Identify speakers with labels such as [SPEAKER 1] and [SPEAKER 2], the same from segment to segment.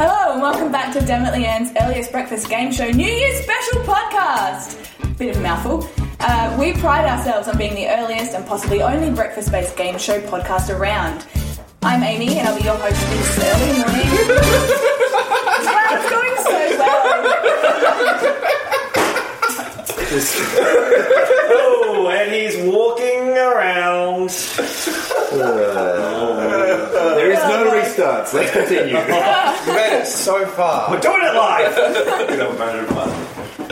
[SPEAKER 1] Hello and welcome back to Definitely Ann's Earliest Breakfast Game Show New Year's Special Podcast. Bit of a mouthful. Uh, we pride ourselves on being the earliest and possibly only breakfast-based game show podcast around. I'm Amy and I'll be your host this early morning. Wow, it's going so well.
[SPEAKER 2] Oh, and he's walking around.
[SPEAKER 3] There is no restarts. Let's continue.
[SPEAKER 4] made it so far.
[SPEAKER 2] We're doing it live. You know, matter of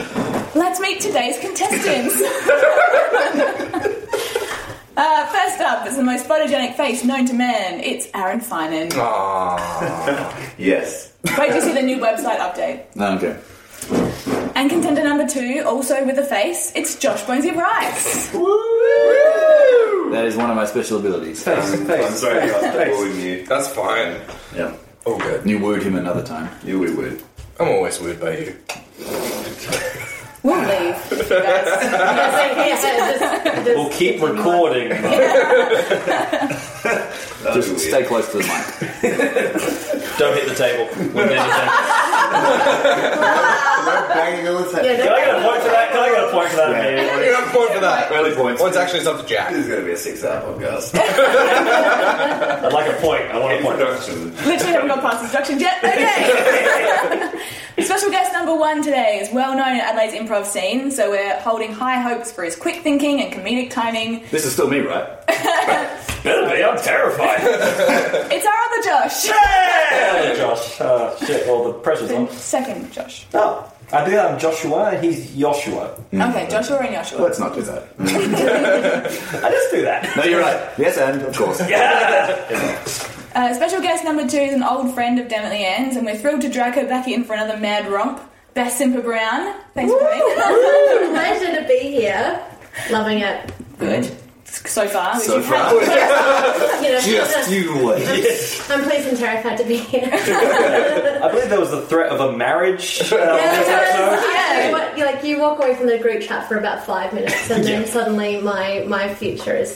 [SPEAKER 2] fact.
[SPEAKER 1] Let's meet today's contestants. Uh, first up is the most photogenic face known to man. It's Aaron Finan.
[SPEAKER 4] Ah,
[SPEAKER 3] yes.
[SPEAKER 1] Wait to see the new website update.
[SPEAKER 3] Okay.
[SPEAKER 1] And contender number two, also with a face, it's Josh Bonesy Rice.
[SPEAKER 3] That is one of my special abilities.
[SPEAKER 2] I'm sorry, I was bullying you.
[SPEAKER 4] That's fine.
[SPEAKER 3] Yeah.
[SPEAKER 4] All good.
[SPEAKER 3] You wooed him another time. You wooed wooed.
[SPEAKER 4] I'm always weird by you.
[SPEAKER 1] We'll leave. you guys.
[SPEAKER 2] We'll keep recording.
[SPEAKER 3] Just stay close to the mic.
[SPEAKER 2] Don't hit the table with anything. Can I
[SPEAKER 3] Banging all the time.
[SPEAKER 2] get a point for that? Can I get a point for that, man?
[SPEAKER 4] You have a point for that.
[SPEAKER 3] Early points.
[SPEAKER 4] Well, it's actually it's up to Jack.
[SPEAKER 3] is going to be a six-hour podcast.
[SPEAKER 2] I'd like a point. I want a point.
[SPEAKER 1] Literally haven't got past instructions yet. Okay. Special guest number one today is well known in Adelaide's improv scene, so we're holding high hopes for his quick thinking and comedic timing.
[SPEAKER 3] This is still me, right?
[SPEAKER 2] Better be, I'm terrified.
[SPEAKER 1] It's our other Josh.
[SPEAKER 2] Hey, Josh. Uh, shit, all the pressure's on.
[SPEAKER 1] Second Josh.
[SPEAKER 2] Oh, I think I'm Joshua and he's Joshua.
[SPEAKER 1] Okay, Joshua and Joshua.
[SPEAKER 3] Let's not do that.
[SPEAKER 2] I just do that.
[SPEAKER 3] No, you're right. Yes, and of course.
[SPEAKER 1] Uh, special guest number two is an old friend of Dammit Ann's, and we're thrilled to drag her back in for another mad romp. Beth Simper Brown. Thanks for coming.
[SPEAKER 5] Pleasure to be here. Loving it.
[SPEAKER 1] Good. So far.
[SPEAKER 3] So
[SPEAKER 1] We've had-
[SPEAKER 3] far.
[SPEAKER 5] You know,
[SPEAKER 3] Just you wait.
[SPEAKER 5] I'm pleased and terrified to be here.
[SPEAKER 2] I believe there was the threat of a marriage. Uh,
[SPEAKER 5] Yeah, what- you- like you walk away from the group chat for about five minutes, and then suddenly my my future is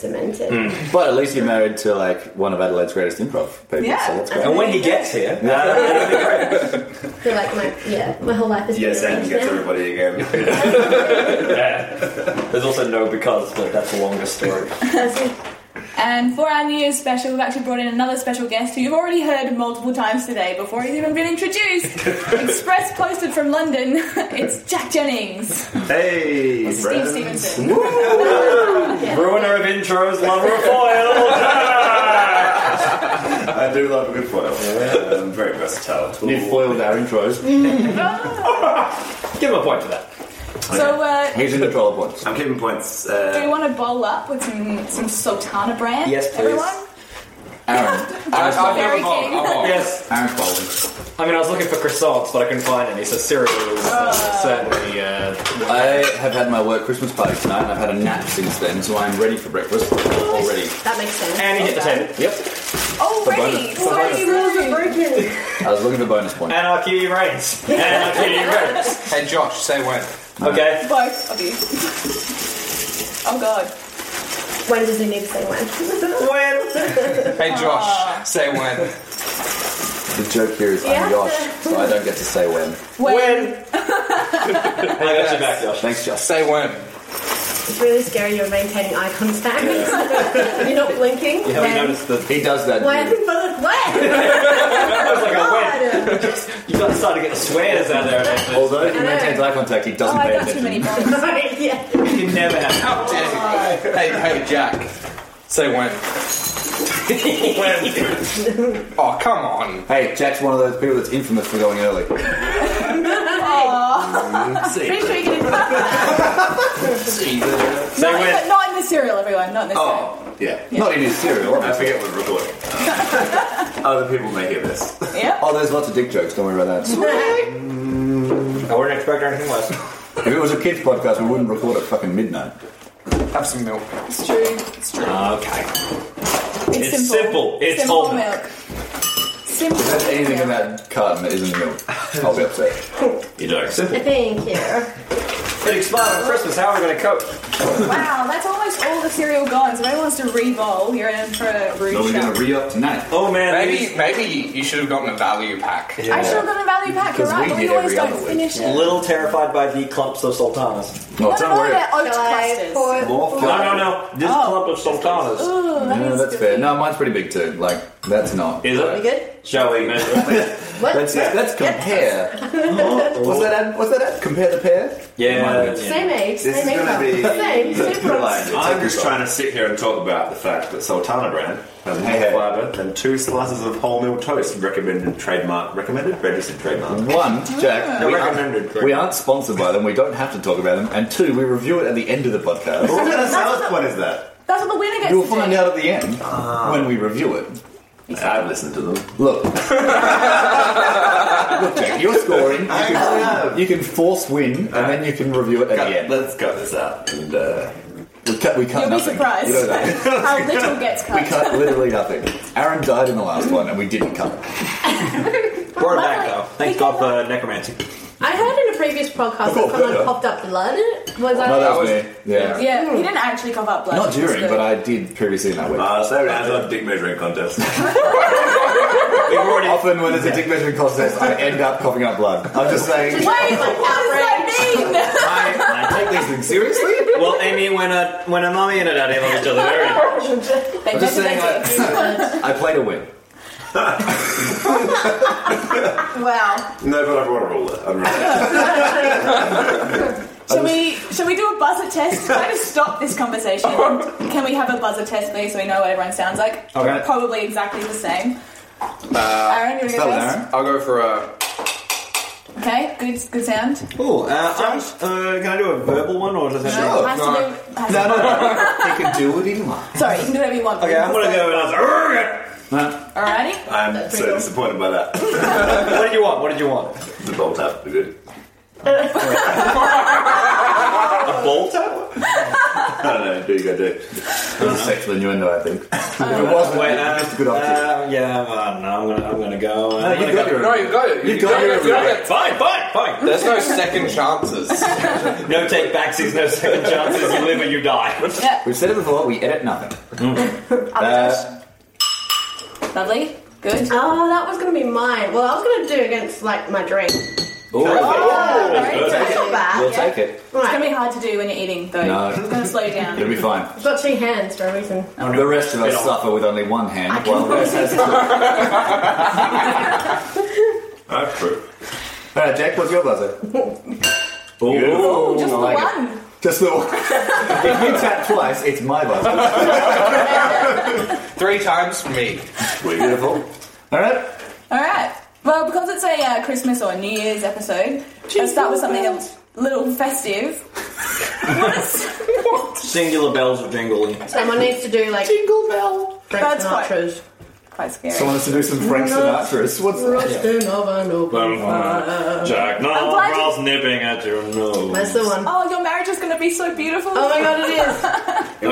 [SPEAKER 5] cemented.
[SPEAKER 2] Mm.
[SPEAKER 3] But at least you're married to like one of Adelaide's greatest improv people,
[SPEAKER 1] Yeah.
[SPEAKER 3] so that's
[SPEAKER 2] And
[SPEAKER 3] great.
[SPEAKER 2] when he gets here, uh,
[SPEAKER 5] So like my yeah, my whole life is being arranged now.
[SPEAKER 3] everybody again.
[SPEAKER 2] there's also no because, but that's a longer story.
[SPEAKER 1] And for our New Year's special, we've actually brought in another special guest who you've already heard multiple times today before he's even been introduced. Express posted from London, it's Jack Jennings.
[SPEAKER 3] Hey,
[SPEAKER 1] Steve
[SPEAKER 3] Brandon.
[SPEAKER 1] Stevenson.
[SPEAKER 2] Ruiner of intros, lover of foil.
[SPEAKER 6] I do love a good foil. Um, very versatile tool.
[SPEAKER 3] You foiled our intros.
[SPEAKER 2] Give him a point for that.
[SPEAKER 1] So, uh,
[SPEAKER 3] He's in control of points.
[SPEAKER 6] I'm keeping points.
[SPEAKER 1] do
[SPEAKER 6] Uh,
[SPEAKER 1] you want to bowl up with some, some Sultana brand?
[SPEAKER 2] Yes, please.
[SPEAKER 1] Everyone?
[SPEAKER 3] Aaron.
[SPEAKER 4] I, I've never
[SPEAKER 1] Very
[SPEAKER 4] bought-
[SPEAKER 1] keen.
[SPEAKER 4] I've bought.
[SPEAKER 2] Yes.
[SPEAKER 3] Aaron Spalding.
[SPEAKER 2] I mean, I was looking for croissants, but I couldn't find any, so cereal was uh, certainly. Uh,
[SPEAKER 3] I have had my work Christmas party tonight and I've had a nap since then, so I'm ready for breakfast already.
[SPEAKER 5] That makes sense.
[SPEAKER 2] and he hit the table.
[SPEAKER 3] Yep.
[SPEAKER 1] Oh, Already!
[SPEAKER 3] For bonus.
[SPEAKER 1] Sorry, rude.
[SPEAKER 5] Broken.
[SPEAKER 3] I was looking for bonus points.
[SPEAKER 1] Uh,
[SPEAKER 2] Anarchy reigns. Anarchy reigns.
[SPEAKER 4] Hey, Josh, say when.
[SPEAKER 2] Okay.
[SPEAKER 1] Both of you. Oh god.
[SPEAKER 5] When does he need to say when?
[SPEAKER 2] When?
[SPEAKER 4] Hey, Josh, say when.
[SPEAKER 3] The joke here is
[SPEAKER 5] Yeah.
[SPEAKER 3] I'm Josh, so I don't get to say when.
[SPEAKER 1] When?
[SPEAKER 2] I got you back, Josh.
[SPEAKER 3] Thanks, Josh.
[SPEAKER 4] Say when.
[SPEAKER 5] It's really scary. You're maintaining eye contact. you're not blinking.
[SPEAKER 2] You haven't
[SPEAKER 5] When?
[SPEAKER 2] noticed the.
[SPEAKER 3] He does that.
[SPEAKER 5] Why
[SPEAKER 3] dude.
[SPEAKER 5] haven't bothered? When?
[SPEAKER 2] I was like, oh,
[SPEAKER 5] God.
[SPEAKER 2] when? You guys started to get the swears out there. and everything.
[SPEAKER 3] Although he maintains eye contact, he
[SPEAKER 1] Oh,
[SPEAKER 3] doesn't
[SPEAKER 1] I
[SPEAKER 3] pay
[SPEAKER 1] got too many
[SPEAKER 3] attention.
[SPEAKER 1] bonus.
[SPEAKER 5] Sorry, yeah.
[SPEAKER 2] You can never have.
[SPEAKER 4] How dare you? Hey, hey, Jack, say when. Oh, come on.
[SPEAKER 3] Hey, Jack's one of those people that's infamous for going early.
[SPEAKER 1] Pretty sure you can do that.
[SPEAKER 2] Say
[SPEAKER 1] Not in the-
[SPEAKER 2] when.
[SPEAKER 1] Not in the cereal, everyone. Not in the cereal.
[SPEAKER 6] oh, yeah.
[SPEAKER 3] Not in his cereal.
[SPEAKER 6] I
[SPEAKER 3] obviously.
[SPEAKER 6] forget we're recording. Um, other people may hear this.
[SPEAKER 1] Yeah.
[SPEAKER 3] Oh, there's lots of dick jokes. Don't worry about that.
[SPEAKER 2] Oh. I wouldn't expect anything less.
[SPEAKER 3] if it was a kids podcast, we wouldn't record at fucking midnight.
[SPEAKER 4] Have some milk.
[SPEAKER 1] It's true. It's true.
[SPEAKER 3] Okay.
[SPEAKER 2] It's simple. It's
[SPEAKER 1] simple
[SPEAKER 2] whole milk.
[SPEAKER 1] milk. Simple.
[SPEAKER 3] If there's anything
[SPEAKER 1] milk.
[SPEAKER 3] in that carton that isn't milk, I'll be upset.
[SPEAKER 2] You know, simple.
[SPEAKER 5] Thank you.
[SPEAKER 2] It expired on Christmas. How are we going to cope?
[SPEAKER 1] Wow, that's almost all the cereal gone. So if anyone wants to re-bowl, you're in for a rude
[SPEAKER 3] So we're
[SPEAKER 1] shout.
[SPEAKER 3] going to re up tonight.
[SPEAKER 2] Oh man,
[SPEAKER 4] Maybe maybe you should have gotten a value pack.
[SPEAKER 1] I should have got a value pack. You're
[SPEAKER 3] Because
[SPEAKER 1] right,
[SPEAKER 3] we
[SPEAKER 1] but we
[SPEAKER 3] did
[SPEAKER 1] always
[SPEAKER 3] every
[SPEAKER 1] don't
[SPEAKER 3] other week.
[SPEAKER 1] finish
[SPEAKER 2] these
[SPEAKER 1] it.
[SPEAKER 2] little terrified by the clumps of sultanas.
[SPEAKER 3] Well,
[SPEAKER 1] What
[SPEAKER 3] don't
[SPEAKER 1] about
[SPEAKER 3] worry.
[SPEAKER 1] their oat
[SPEAKER 5] Shall I
[SPEAKER 1] clusters?
[SPEAKER 5] pour-
[SPEAKER 3] More
[SPEAKER 2] No,
[SPEAKER 3] fun.
[SPEAKER 2] no, no. This
[SPEAKER 1] Oh.
[SPEAKER 2] clump of sultanas.
[SPEAKER 1] Ooh, that
[SPEAKER 3] No,
[SPEAKER 1] is
[SPEAKER 3] that's
[SPEAKER 1] good.
[SPEAKER 3] fair. No, mine's pretty big too. Like, that's not.
[SPEAKER 2] Is
[SPEAKER 5] We
[SPEAKER 2] it?
[SPEAKER 5] good?
[SPEAKER 2] Shall we measure?
[SPEAKER 5] What?
[SPEAKER 3] Let's, let's compare. What's that ad? What's that ad? Compare the pair?
[SPEAKER 2] yeah. yeah.
[SPEAKER 5] Same age,
[SPEAKER 6] This is
[SPEAKER 5] same
[SPEAKER 6] gonna
[SPEAKER 5] income.
[SPEAKER 6] be-
[SPEAKER 5] Same, same price.
[SPEAKER 6] I'm just trying to sit here and talk about the fact that Sultana brand has more
[SPEAKER 3] Hey, hey.
[SPEAKER 6] fibre than two slices of wholemeal toast recommended trademark recommended registered trademark.
[SPEAKER 3] One, Jack,
[SPEAKER 6] No,
[SPEAKER 3] we aren't,
[SPEAKER 6] recommended.
[SPEAKER 3] we aren't sponsored by them. We don't have to talk about them. And two, we review it at the end of the podcast.
[SPEAKER 6] What kind of sales point is that?
[SPEAKER 1] That's what the winner gets
[SPEAKER 3] You'll
[SPEAKER 1] to
[SPEAKER 3] find
[SPEAKER 1] do.
[SPEAKER 3] out at the end when we review it.
[SPEAKER 6] I've listened to them.
[SPEAKER 3] Look. Look, Jack, you're scoring. You can, you can force win, and then you can review it at the end.
[SPEAKER 6] Let's Uh, cut this out. And, uh,
[SPEAKER 3] We cut, we cut
[SPEAKER 1] You'll be
[SPEAKER 3] nothing.
[SPEAKER 1] surprised
[SPEAKER 3] You know that.
[SPEAKER 1] how little gets
[SPEAKER 3] We
[SPEAKER 1] cut.
[SPEAKER 3] cut literally nothing. Aaron died in the last one, and we didn't cut.
[SPEAKER 2] We're back
[SPEAKER 5] Luckily-
[SPEAKER 2] though. Thank God for necromancy.
[SPEAKER 5] I heard in a previous podcast that someone popped up blood. Was
[SPEAKER 1] Uh,
[SPEAKER 5] I?
[SPEAKER 3] No, that was
[SPEAKER 4] was-
[SPEAKER 3] me. Yeah.
[SPEAKER 1] Yeah, he didn't actually cough up blood.
[SPEAKER 3] Not
[SPEAKER 1] It's
[SPEAKER 3] during,
[SPEAKER 1] good.
[SPEAKER 3] but I did previously in that week.
[SPEAKER 6] uh, so rounds on dick measuring contest.
[SPEAKER 2] We've already.
[SPEAKER 3] Often when there's a dick measuring contest, I end up coughing up blood. I'm just saying,
[SPEAKER 1] Wait, what does that mean?
[SPEAKER 3] I, I take these things seriously.
[SPEAKER 2] Well, Amy, when a when a mummy and a daddy love each other, very
[SPEAKER 1] They
[SPEAKER 3] I'm just
[SPEAKER 1] meant
[SPEAKER 3] saying, uh,
[SPEAKER 1] to make
[SPEAKER 3] I play to win.
[SPEAKER 1] it. Wow.
[SPEAKER 6] no, but I'm honourable. I'm right.
[SPEAKER 1] Shall we, shall we do a buzzer test to kind of stop this conversation? Can we have a buzzer test, please, so we know what everyone sounds like?
[SPEAKER 2] Okay.
[SPEAKER 1] Probably exactly the same. Aaron, you want to
[SPEAKER 3] Uh, That
[SPEAKER 1] go
[SPEAKER 3] was
[SPEAKER 1] first?
[SPEAKER 3] Aaron.
[SPEAKER 4] I'll go for a
[SPEAKER 1] Okay, good, good sound.
[SPEAKER 2] cool. Uh, I'm, uh, can I do a verbal one or does that?
[SPEAKER 1] No, has
[SPEAKER 4] no.
[SPEAKER 1] to do, has
[SPEAKER 3] No,
[SPEAKER 1] to-
[SPEAKER 3] no, no. He can do what he likes.
[SPEAKER 1] Sorry, you can do whatever you want.
[SPEAKER 2] Okay, I'm gonna go and ask.
[SPEAKER 3] Huh?
[SPEAKER 1] Alrighty.
[SPEAKER 6] I'm so disappointed by that.
[SPEAKER 2] What did you want? What did you want?
[SPEAKER 6] the bowl tap, we're good.
[SPEAKER 2] A ball tower?
[SPEAKER 6] I don't know. Do you go do?
[SPEAKER 3] It was a sexual innuendo, I think. If it wasn't,
[SPEAKER 2] Wait,
[SPEAKER 3] it
[SPEAKER 2] uh,
[SPEAKER 3] was just a good option.
[SPEAKER 2] uh, yeah, I don't know. I'm gonna, I'm gonna go. uh,
[SPEAKER 3] No,
[SPEAKER 2] I'm
[SPEAKER 3] you
[SPEAKER 2] gonna
[SPEAKER 3] got your-
[SPEAKER 4] No, you got it.
[SPEAKER 3] You got
[SPEAKER 4] it.
[SPEAKER 3] it.
[SPEAKER 4] You got it.
[SPEAKER 2] Fine, fine, fine.
[SPEAKER 4] There's no second chances.
[SPEAKER 2] No take backsies, no second chances. You live or you die.
[SPEAKER 1] Yeah.
[SPEAKER 3] We've said it before, we edit nothing. Uh,
[SPEAKER 1] Other touch. Lovely. Good.
[SPEAKER 5] Oh, that was gonna be mine. Well, I was gonna do against like my dream.
[SPEAKER 3] Ooh,
[SPEAKER 1] Oh,
[SPEAKER 2] that's
[SPEAKER 1] very
[SPEAKER 2] good.
[SPEAKER 5] That's
[SPEAKER 1] good.
[SPEAKER 5] not bad.
[SPEAKER 3] We'll
[SPEAKER 1] Yeah.
[SPEAKER 3] take it.
[SPEAKER 1] It's
[SPEAKER 5] Right.
[SPEAKER 1] gonna be hard to do when you're eating, though.
[SPEAKER 3] No.
[SPEAKER 1] It's gonna slow you down.
[SPEAKER 3] It'll be fine.
[SPEAKER 5] I've got two hands for a reason.
[SPEAKER 3] The rest of us
[SPEAKER 2] Get on.
[SPEAKER 3] suffer with only one hand, while the rest has two. All
[SPEAKER 6] That's true.
[SPEAKER 3] right, Uh, Jack, what's your buzzer?
[SPEAKER 1] Ooh, just
[SPEAKER 3] I
[SPEAKER 1] the
[SPEAKER 3] like it.
[SPEAKER 1] one.
[SPEAKER 3] Just the one. if you tap twice, it's my buzzer.
[SPEAKER 4] Three times me.
[SPEAKER 3] Beautiful. All right.
[SPEAKER 1] Alright. Well, because it's a uh, Christmas or New Year's episode, let's start with something a little festive. What is-
[SPEAKER 2] Singular bells are jingling.
[SPEAKER 5] Someone needs to do like jingle bell. Frank
[SPEAKER 1] That's fine.
[SPEAKER 5] Sinatra's.
[SPEAKER 1] Quite scary.
[SPEAKER 3] Someone wants to do some Frank Sinatra's. What's that?
[SPEAKER 5] Rustin over and over.
[SPEAKER 2] Jack, no,
[SPEAKER 1] I'm glad you- Ralph's
[SPEAKER 2] nipping at your
[SPEAKER 5] That's
[SPEAKER 2] nose.
[SPEAKER 5] the one.
[SPEAKER 1] oh, your marriage is gonna be so beautiful.
[SPEAKER 5] Oh my god, it is.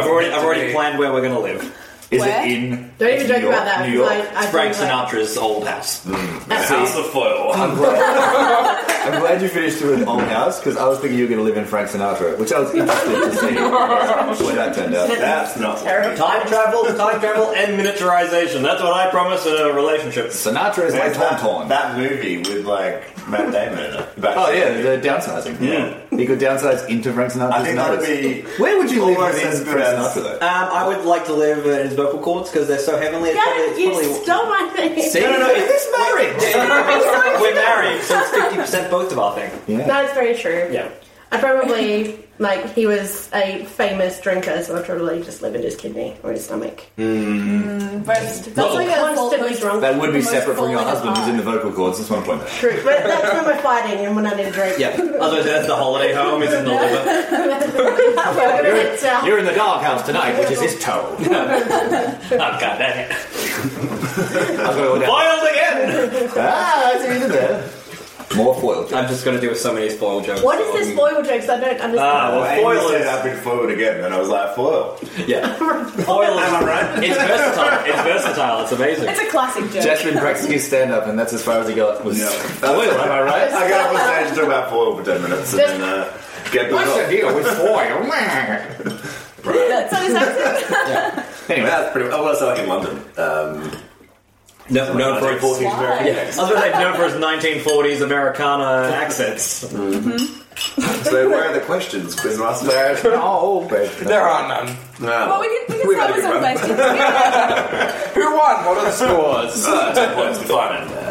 [SPEAKER 2] I've already, I've already planned where we're going to live.
[SPEAKER 3] Is
[SPEAKER 1] Where?
[SPEAKER 3] it in?
[SPEAKER 5] Don't even
[SPEAKER 3] New
[SPEAKER 5] joke
[SPEAKER 3] York,
[SPEAKER 5] about that.
[SPEAKER 3] New York.
[SPEAKER 5] I, I
[SPEAKER 2] Frank
[SPEAKER 5] do, like-
[SPEAKER 2] Sinatra's old house.
[SPEAKER 5] That's
[SPEAKER 6] Hmm. House of foil.
[SPEAKER 3] I'm glad, I'm glad you finished with an old house because I was thinking you were going to live in Frank Sinatra, which I was interested to see where that turned out.
[SPEAKER 6] That's not
[SPEAKER 5] Terrible.
[SPEAKER 2] Time travel, time travel, and miniaturization. That's what I promise in a relationship.
[SPEAKER 3] Sinatra is my
[SPEAKER 6] There's that,
[SPEAKER 3] tauntaun.
[SPEAKER 6] that movie with like Matt Damon in it. Back
[SPEAKER 3] Oh
[SPEAKER 6] to
[SPEAKER 3] yeah,
[SPEAKER 6] the-
[SPEAKER 3] the downsizing. Yeah, you could downsize into Frank Sinatra's.
[SPEAKER 6] I think that'd
[SPEAKER 3] numbers.
[SPEAKER 6] be
[SPEAKER 3] Where would you live
[SPEAKER 6] almost
[SPEAKER 3] within
[SPEAKER 6] as good
[SPEAKER 3] Frank
[SPEAKER 6] as-
[SPEAKER 3] Sinatra though?
[SPEAKER 2] Um, I would like to live uh, in his vocal cords because they're so heavenly. It's probably,
[SPEAKER 5] Damn
[SPEAKER 2] it's
[SPEAKER 5] it, you
[SPEAKER 2] probably-
[SPEAKER 5] stole my thing.
[SPEAKER 3] See,
[SPEAKER 2] no, no,
[SPEAKER 3] Look at this marriage.
[SPEAKER 2] We're married, so it's fifty percent both of our thing.
[SPEAKER 3] Yeah.
[SPEAKER 5] That's very true.
[SPEAKER 2] Yeah.
[SPEAKER 5] I probably like he was a famous drinker, so I probably just live in his kidney or his stomach.
[SPEAKER 1] That's like a fault
[SPEAKER 5] Constantly
[SPEAKER 1] most-
[SPEAKER 5] drunk.
[SPEAKER 3] That would be
[SPEAKER 1] Almost
[SPEAKER 3] separate from your
[SPEAKER 1] falling
[SPEAKER 3] husband who's in the
[SPEAKER 1] apart.
[SPEAKER 3] vocal cords. Just want to point that.
[SPEAKER 5] True, but that's when we're fighting and when I need a drink.
[SPEAKER 2] Yeah. Otherwise, that's the holiday home. Is in the liver.
[SPEAKER 5] I'm gonna get, uh,
[SPEAKER 3] You're in the doghouse tonight, which is his toe.
[SPEAKER 2] Oh god, that
[SPEAKER 3] I've got to go down.
[SPEAKER 2] boiled again.
[SPEAKER 3] Ah, it's in there. More foil jokes.
[SPEAKER 2] I've just got to do with so many spoil jokes.
[SPEAKER 5] What is this foil joke? 'Cause I don't understand.
[SPEAKER 2] Ah, well,
[SPEAKER 6] Well,
[SPEAKER 2] foil
[SPEAKER 6] Amy said
[SPEAKER 2] is-
[SPEAKER 6] I've been foiled again, and I was like, foil.
[SPEAKER 2] Yeah. Foil
[SPEAKER 6] Am I
[SPEAKER 2] is.
[SPEAKER 6] right?
[SPEAKER 2] It's versatile. It's versatile. It's amazing.
[SPEAKER 1] It's a classic joke.
[SPEAKER 3] Jasmine practiced his stand up, and that's as far as he got. Was
[SPEAKER 6] Yeah.
[SPEAKER 3] foil, am I right?
[SPEAKER 6] I got up on stage and talk about foil for 10 minutes and then uh, get the off.
[SPEAKER 3] deal with foil?
[SPEAKER 1] That's not his accent.
[SPEAKER 3] Anyway,
[SPEAKER 6] That's pretty much. Oh, well, so like in London. Um,
[SPEAKER 2] No, known for its. I
[SPEAKER 6] 1940s American accent.
[SPEAKER 2] was going to say known for his 1940s Americana accents.
[SPEAKER 6] So, where are the questions, Quizmaster?
[SPEAKER 3] no,
[SPEAKER 4] There are none.
[SPEAKER 6] No.
[SPEAKER 1] Well, we can, we can
[SPEAKER 6] We've had
[SPEAKER 1] start
[SPEAKER 6] a
[SPEAKER 1] with some
[SPEAKER 6] good run.
[SPEAKER 1] questions. Yeah.
[SPEAKER 4] Who won? What are the scores?
[SPEAKER 6] Uh, Two points to Simon. Uh,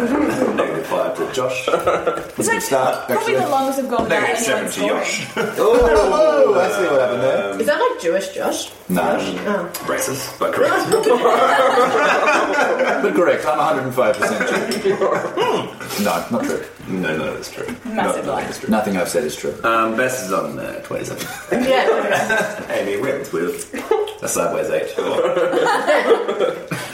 [SPEAKER 6] Negative five to Josh.
[SPEAKER 1] It's like
[SPEAKER 3] start,
[SPEAKER 1] probably the
[SPEAKER 3] actually.
[SPEAKER 1] longest we've gone without
[SPEAKER 6] Negative
[SPEAKER 1] anyone
[SPEAKER 6] seven to
[SPEAKER 1] scoring.
[SPEAKER 6] Josh.
[SPEAKER 3] Oh, I see what happened there.
[SPEAKER 6] Uh,
[SPEAKER 5] Is that like Jewish Josh?
[SPEAKER 3] No,
[SPEAKER 5] Oh.
[SPEAKER 6] Racist, but correct.
[SPEAKER 3] but correct. I'm 105% true. Hmm. no, not true.
[SPEAKER 6] No, no, that's true.
[SPEAKER 1] Massive
[SPEAKER 6] No, no,
[SPEAKER 1] lie.
[SPEAKER 6] that's true.
[SPEAKER 3] Nothing I've said is true.
[SPEAKER 6] Um, Bess is on uh, 27.
[SPEAKER 5] Yeah.
[SPEAKER 6] Amy wins with a sideways eight.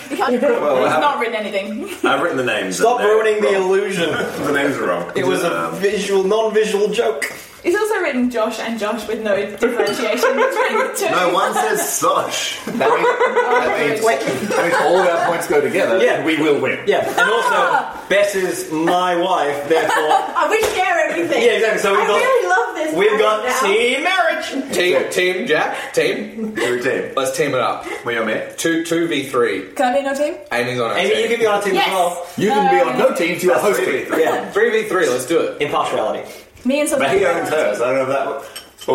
[SPEAKER 1] He's not written anything.
[SPEAKER 6] I've written the names.
[SPEAKER 2] Stop
[SPEAKER 6] and they're
[SPEAKER 2] ruining the
[SPEAKER 6] wrong.
[SPEAKER 2] illusion.
[SPEAKER 6] The names are wrong.
[SPEAKER 2] It was a
[SPEAKER 6] Um,
[SPEAKER 2] visual, non-visual joke.
[SPEAKER 1] He's also written Josh and Josh with no differentiation between the two.
[SPEAKER 6] no one says Sosh.
[SPEAKER 3] That means, that means all of our points go together.
[SPEAKER 2] Yeah, we will win. Yeah, and
[SPEAKER 5] Ah!
[SPEAKER 2] also Bess is my wife, therefore.
[SPEAKER 5] I wish share everything.
[SPEAKER 2] Yeah, exactly. So
[SPEAKER 5] I
[SPEAKER 2] we've got
[SPEAKER 5] really love this.
[SPEAKER 2] we've
[SPEAKER 5] now.
[SPEAKER 2] got team marriage.
[SPEAKER 4] Team, team, Jack, team.
[SPEAKER 6] Your team.
[SPEAKER 4] Let's team it up.
[SPEAKER 6] We are met.
[SPEAKER 4] Two, two v three.
[SPEAKER 1] Can I be in your team?
[SPEAKER 4] Amy's on our
[SPEAKER 2] Amy, you
[SPEAKER 4] team.
[SPEAKER 2] can be on our team as well.
[SPEAKER 1] Yes.
[SPEAKER 3] You can be
[SPEAKER 1] Uh,
[SPEAKER 3] on no teams, you are hosting.
[SPEAKER 2] Yeah,
[SPEAKER 4] Three v three. Let's do it.
[SPEAKER 2] impartiality.
[SPEAKER 1] Me and
[SPEAKER 6] But he
[SPEAKER 1] Sylvester.
[SPEAKER 6] owns
[SPEAKER 3] uh,
[SPEAKER 6] hers. I don't know if that. Oh,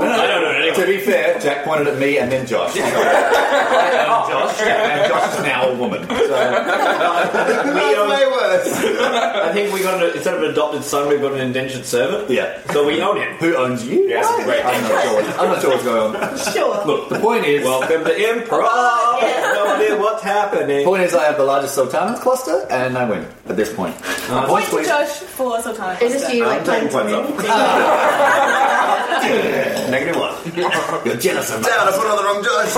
[SPEAKER 2] I don't know anyone.
[SPEAKER 3] To be fair, Jack pointed at me and then Josh.
[SPEAKER 2] Josh.
[SPEAKER 3] And Josh is now a woman. So,
[SPEAKER 2] We own,
[SPEAKER 6] worse.
[SPEAKER 2] I think we got an, instead of an adopted son, we've got an indentured servant.
[SPEAKER 3] yeah.
[SPEAKER 2] So we own him.
[SPEAKER 3] Who owns you?
[SPEAKER 6] Yes, great.
[SPEAKER 3] I'm not sure. What, I'm not sure what's going on.
[SPEAKER 5] Sure.
[SPEAKER 3] Look, the point is.
[SPEAKER 2] Welcome to improv. No idea what's
[SPEAKER 3] the
[SPEAKER 2] happening.
[SPEAKER 3] point is, I have the largest sultanas cluster, and I win at this point. My
[SPEAKER 1] Point
[SPEAKER 3] points
[SPEAKER 1] to
[SPEAKER 3] lead-
[SPEAKER 1] Josh for Sultana.
[SPEAKER 5] Is this you
[SPEAKER 6] I'm
[SPEAKER 5] like
[SPEAKER 6] taking
[SPEAKER 5] playing
[SPEAKER 6] points off. Negative one.
[SPEAKER 3] You're jealous of me.
[SPEAKER 6] Damn, I put on the wrong judge.